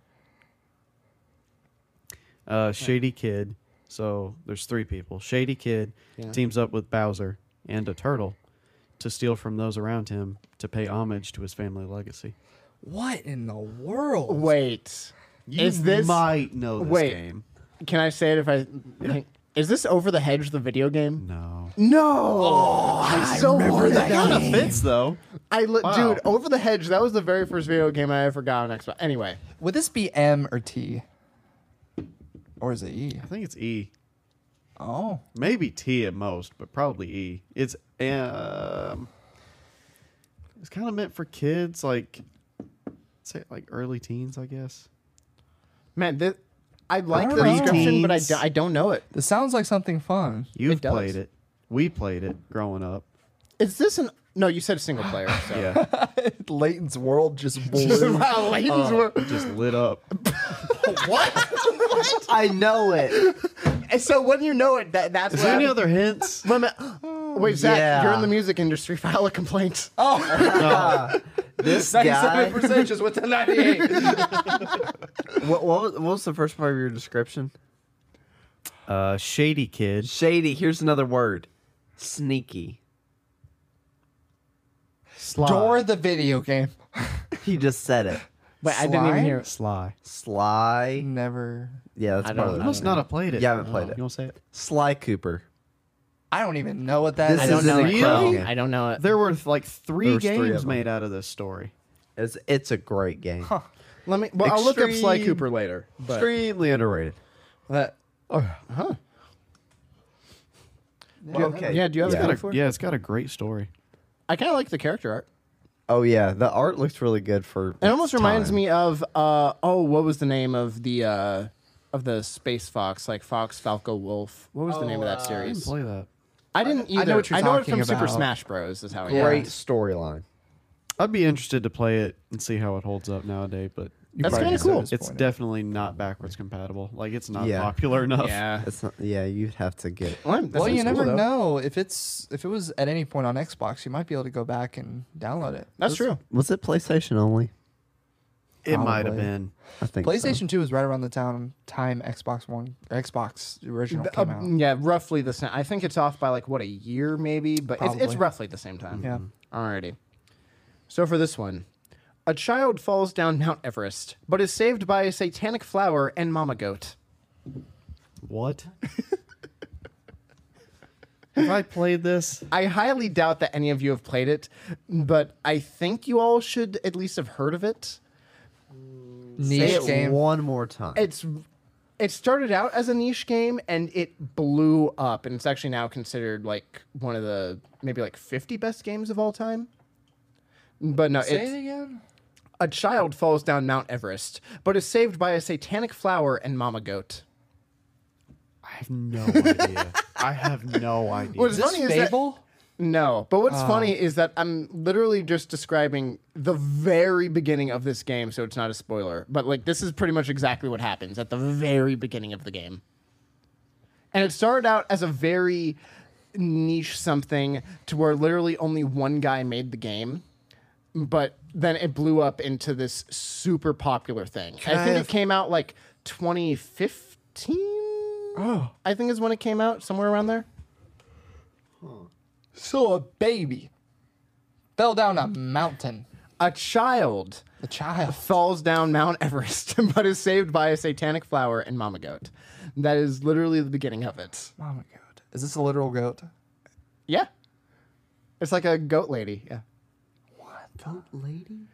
Uh, Shady Kid. So there's three people. Shady Kid teams up with Bowser and a turtle to steal from those around him to pay homage to his family legacy. What in the world? Wait, is this? might know this wait. game? Can I say it if I? think- Is this Over the Hedge the video game? No. No. Oh, I so (laughs) remember that. Kind of fits though. I li- Wow. dude, Over the Hedge. That was the very first video game I ever got on Xbox. Anyway, Would this be M or T? Or is it E? I think it's E. Oh. Maybe T at most, but probably E. It's um, it's kind of meant for kids, like say like early teens, I guess. man, this, I like the Alright. description, but I, Preteens. do- I don't know it. This sounds like something (laughs) fun. You've It does. played it. We played it growing up. Is this an? No, you said single player. (gasps) So. (laughs) Yeah, Leighton's world (laughs) just blew. wow, Leighton's were- just lit up. I know it. And So when you know it, that that's Is what there any happened. other hints? Wait, a minute. Wait, Zach, Yeah. you're in the music industry. (laughs) File a complaint. This (laughs) guy. just went to 98. (laughs) What, what, was, what was the first part of your description? Uh, shady kid. Shady. Here's another word. Sneaky. Sly. Door the video game. He just said it. Wait, I didn't even Slime? hear. it. Sly. Sly. Never. Yeah, that's I part don't- of You I it. must not have played it. Oh, Yeah, I haven't played You it. want to say it? Sly Cooper. I don't even know what that is. This I don't is know. an it. incredible Really? game. I don't know it. There were like three There was three games of them. made out of this story. It's it's a great game. Let me. Well, I'll look up Sly Extreme- Cooper later. But Extremely underrated. that. Okay. Yeah. Do you have Yeah. a Got for? a- yeah, it's got a great story. I kind of like the character art. Oh yeah, the art looks really good for. It almost reminds me of. Uh, oh, what was the name of the uh, of the space fox? Like Fox, Falco, Wolf. What was the name of that I didn't series? play that. I didn't either. know what you're it talking from Super about. Smash Bros. Is how it Great is. storyline. I'd be interested to play it and see how it holds up nowadays, but That's kind of cool. it's definitely not backwards compatible. Like it's not Yeah. popular enough. Yeah. It's not, yeah, you'd have to get. Well, that well, sounds you cool, never though. know if it's if it was at any point on Xbox, you might be able to go back and download it. That's true. Was it PlayStation only? It might have Probably. been. I think so. PlayStation Two was right around the town time Xbox One or Xbox original The- came uh, out. yeah, roughly the same. I think it's off by like what a year, maybe, but it's, it's Probably. roughly the same time. Yeah. Alrighty. So for this one, a child falls down Mount Everest, but is saved by a satanic flower and mama goat. What? have I played this? I highly doubt that any of you have played it, but I think you all should at least have heard of it. Say Niche it game. one more time. It's it started out as a niche game and it blew up, and it's actually now considered like one of the maybe like fifty best games of all time. But no, Say it's, it again. A child falls down Mount Everest, but is saved by a satanic flower and mama goat. I have no idea. I have no idea. What is- Is funny this is that- Fable? No, but what's funny is that I'm literally just describing the very beginning of this game, so it's not a spoiler. But like, this is pretty much exactly what happens at the very beginning of the game. And it started out as a very niche something to where literally only one guy made the game. But then it blew up into this super popular thing. I think it came out like 2015. Oh. I think is when it came out, somewhere around there. So a baby fell down a mountain. A child The child. falls down Mount Everest, (laughs) but is saved by a satanic flower and mama goat. That is literally the beginning of it. Oh my god. Is this a literal goat? Yeah. It's like a goat lady. Yeah. Goat lady.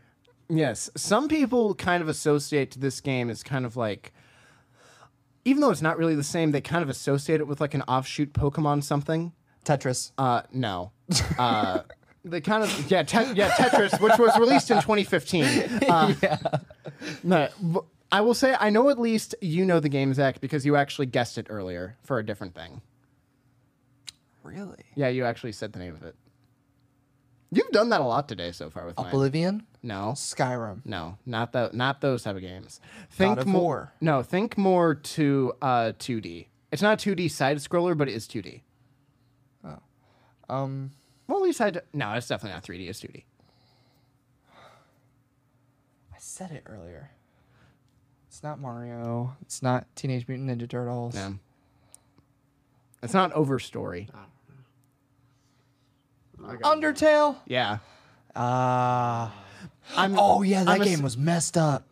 Yes. Some people kind of associate this game as kind of like even though it's not really the same, they kind of associate it with like an offshoot Pokemon something. Tetris. Uh no. Uh They kind of yeah te- yeah Tetris, which was released in (laughs) 2015. Uh, no, w- I will say I know at least you know the game Zach because you actually guessed it earlier for a different thing. Really? Yeah, you actually said the name of it. You've done that a lot today so far with mine. Oblivion? no, Skyrim. no, not that, not those type of games. Think of more. War. No, think more to uh 2D. It's not a 2D side scroller, but it is 2D. Um, Well, at least I d- no, it's definitely not 3D. It's 2D. I said it earlier. It's not Mario. It's not Teenage Mutant Ninja Turtles. Yeah. It's not Overstory. Undertale. Yeah. Ah. I'm, oh yeah, that I'm ass- game was messed up.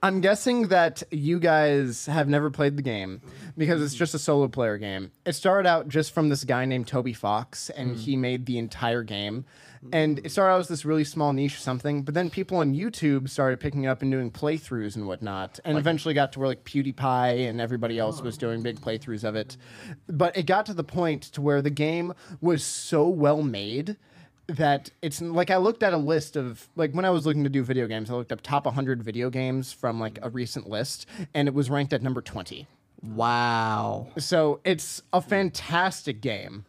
I'm guessing that you guys have never played the game because it's just a solo player game. It started out just from this guy named Toby Fox, and he made the entire game. And it started out as this really small niche or something, but then people on YouTube started picking it up and doing playthroughs and whatnot, and eventually got to where like PewDiePie and everybody else was doing big playthroughs of it. But it got to the point to where the game was so well made that it's like I looked at a list of like when I was looking to do video games, I looked up top 100 video games from like a recent list, and it was ranked at number 20. Wow. So it's a fantastic game.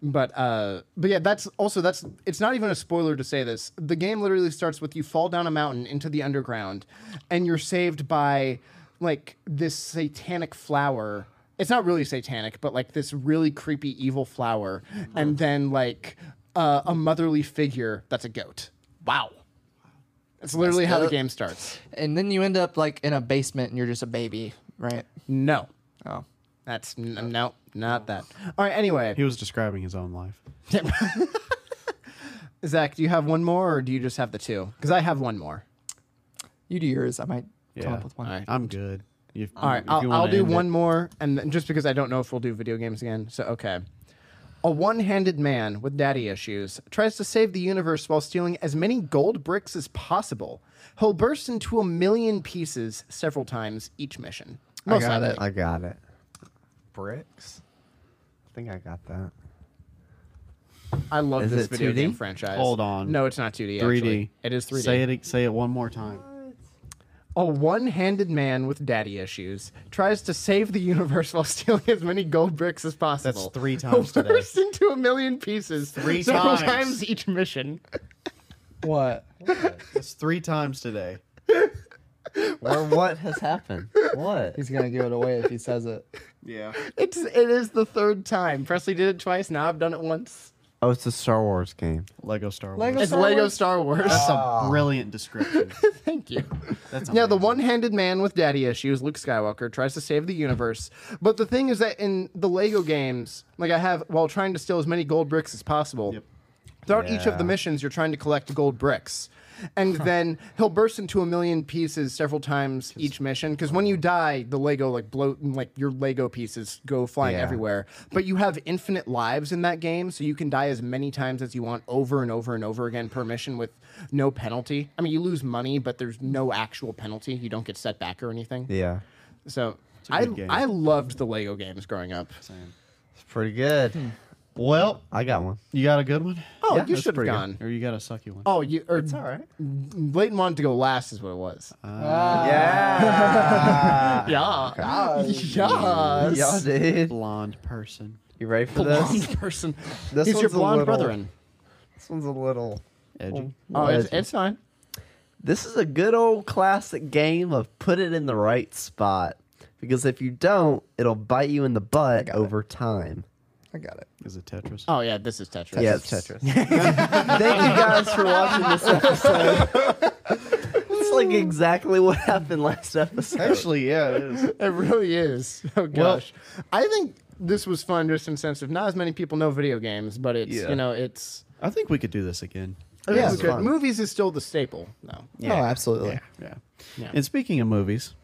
But uh, but yeah, that's also that's it's not even a spoiler to say this. The game literally starts with you fall down a mountain into the underground, and you're saved by like this satanic flower. It's not really satanic, but like this really creepy evil flower, and then like uh, a motherly figure that's a goat. Wow, that's literally how the up. game starts. And then you end up like in a basement and you're just a baby, right? No, Oh. that's n- no, not that. All right. Anyway, He was describing his own life. Zach, do you have one more, or do you just have the two? Because I have one more. You do yours. I might come Yeah. up with one. All right. I'm good. If, All right, if you I'll, wanna I'll do end it- one more, and then, just because I don't know if we'll do video games again, so okay. A one-handed man with daddy issues tries to save the universe while stealing as many gold bricks as possible. He'll burst into a million pieces several times each mission. Most I got likely. it. I got it. Bricks. I think I got that. I love Is this it video 2D? game franchise. Hold on. No, it's not 2D. 3D. 3D. It is 3D. Say it. Say it one more time. A one handed man with daddy issues tries to save the universe while stealing as many gold bricks as possible. That's (laughs) three times today. Burst into a million pieces. Three several times. times. each mission. What? That's three times today. Or what has happened? What? He's gonna give it away if he says it. Yeah. It's it is the third time. Presley did it twice, now I've done it once. Oh, it's a Star Wars game. Lego Star Wars. Lego It's Star Lego Wars? Star Wars. Uh, That's a brilliant description. (laughs) Thank you. That's Now, the amazing. one handed man with daddy issues, Luke Skywalker, tries to save the universe. But the thing is that in the Lego games, like I have, while trying to steal as many gold bricks as possible, throughout each of the Yeah. missions, you're trying to collect gold bricks. (laughs) And then he'll burst into a million pieces several times each mission. Because when you die, the Lego, like, blow, like your Lego pieces go flying Yeah. everywhere. But you have infinite lives in that game, so you can die as many times as you want over and over and over again per mission with no penalty. I mean, you lose money, but there's no actual penalty. You don't get set back or anything. Yeah. So a I good game. I loved the Lego games growing up. It's pretty good. Well, I got one. you got a good one, Hmm. Oh, Yeah, you that's should have pretty good. gone. or you got a sucky one? Oh, you or All right. Ah, Leighton wanted to go last is what it was. Uh, (laughs) Yeah. (laughs) yeah. Yes. Y'all dude. Blonde person. You ready for Blonde (laughs) this? person. This He's your one's a blonde little- brethren. This one's a little. Edgy. Oh, it's, edgy. it's fine. This is a good old classic game of put it in the right spot. Because if you don't, it'll bite you in the butt over time. I got it. Is it Tetris? Oh yeah, this is Tetris. Yeah, it's (laughs) Tetris. Thank you guys for watching this episode. it's like exactly what happened last episode. Actually, yeah, it is. It really is. (laughs) Oh gosh, I think this was fun just in the sense of not as many people know video games, but it's Yeah. you know it's I think we could do this again. yeah, it's fun. movies is still the staple. No, Oh, absolutely. (laughs) Yeah. Yeah. And speaking of movies,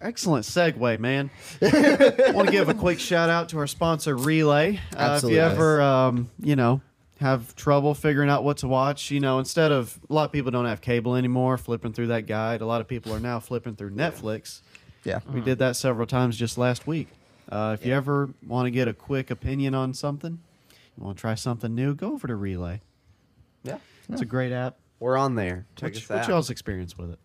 excellent segue, (laughs) man. I want to give a quick shout out to our sponsor, Relay. Uh, if Absolutely. you ever, um, you know, have trouble figuring out what to watch, you know, instead of a lot of people don't have cable anymore, flipping through that guide, a lot of people are now flipping through Netflix. Yeah. We Uh-huh. did that several times just last week. Uh, if you ever want to get a quick opinion on something, you want to try something new, go over to Relay. Yeah. It's a great app. We're on there. Check What's, us out. what's y'all's experience with it?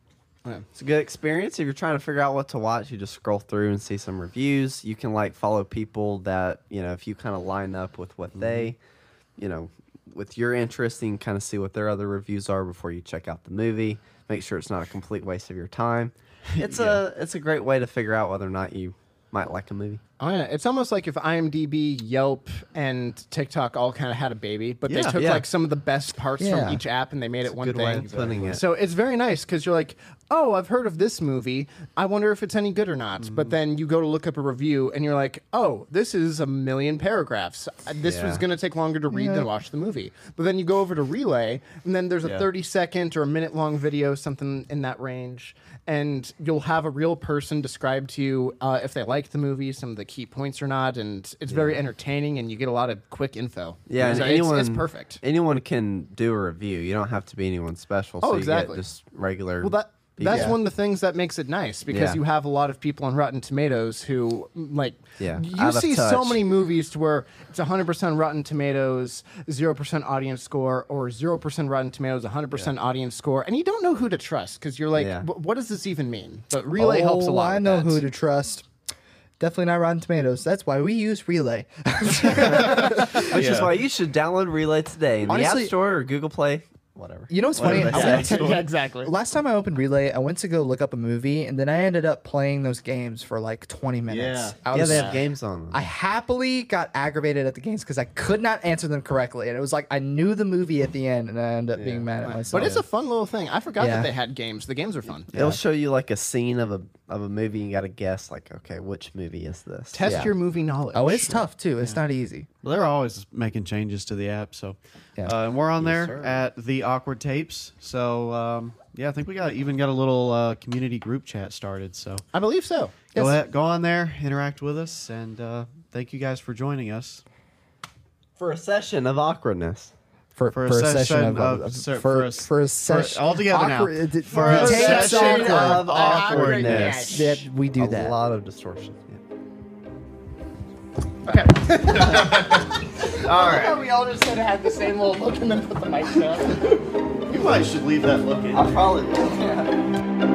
It's a good experience. If you're trying to figure out what to watch, you just scroll through and see some reviews. You can like follow people that, you know, if you kind of line up with Mm-hmm. what they, you know, with your interest, you can kind of see what their other reviews are before you check out the movie. Make sure it's not a complete waste of your (laughs) time. It's a it's a great way to figure out whether or not you might like a movie. Oh yeah, it's almost like if IMDb, Yelp, and TikTok all kind of had a baby, but they Yeah. took Yeah. like some of the best parts Yeah. from each app and they made it one good way thing. of putting it. So it's very nice because you're like, oh, I've heard of this movie. I wonder if it's any good or not. Mm. But then you go to look up a review and you're like, oh, this is a million paragraphs. Uh, This Yeah. was going to take longer to read than watch the movie. But then you go over to Relay and then there's a Yeah. 30 second or a minute long video, something in that range. And you'll have a real person describe to you uh, if they like the movie, some of the key points or not. And it's very entertaining and you get a lot of quick info. Yeah, and so it's- anyone it's perfect. Anyone can do a review. You don't have to be anyone special. Oh, so exactly. You get just regular. Well, that that's people. one of the things that makes it nice because Yeah. you have a lot of people on Rotten Tomatoes who like Yeah, you out of see so touch. many movies to where it's 100% Rotten Tomatoes, 0% audience score or 0% Rotten Tomatoes, 100% audience score and you don't know who to trust cuz you're like Yeah. "Wh- what does this even mean? But Relay oh, helps a lot. I with know that. who to trust. Definitely not Rotten Tomatoes. That's why we use Relay. Which is why you should download Relay today in the Honestly- App Store or Google Play, whatever. You know what's funny? Whatever they I say. went to- (laughs) yeah, exactly. Last time I opened Relay, I went to go look up a movie, and then I ended up playing those games for like 20 minutes. Yeah. I yeah, was- they have games on them. I happily got aggravated at the games because I could not answer them correctly, and it was like I knew the movie at the end, and I ended up being mad at myself. But it's a fun little thing. I forgot Yeah. that they had games. The games are fun. It'll show you like a scene of a of a movie. And you got to guess like, okay, which movie is this? Test Yeah. your movie knowledge. oh, it's tough too. It's not easy. Well, they're always making changes to the app, so Yeah. uh, and we're on there at the awkward tapes. So um, yeah, I think we got even got a little uh, community group chat started. So I believe so. go ahead, go on there, interact with us, and uh, thank you guys for joining us for a session of awkwardness. For, for a session of- ser- for, for a for, s- for- a session altogether now. awkward- it- For a it takes session awkward. of awkwardness. that we do a that. lot of distortion. We all just said had the same little look and then put the mic down. You guys should leave that look in. I'll probably.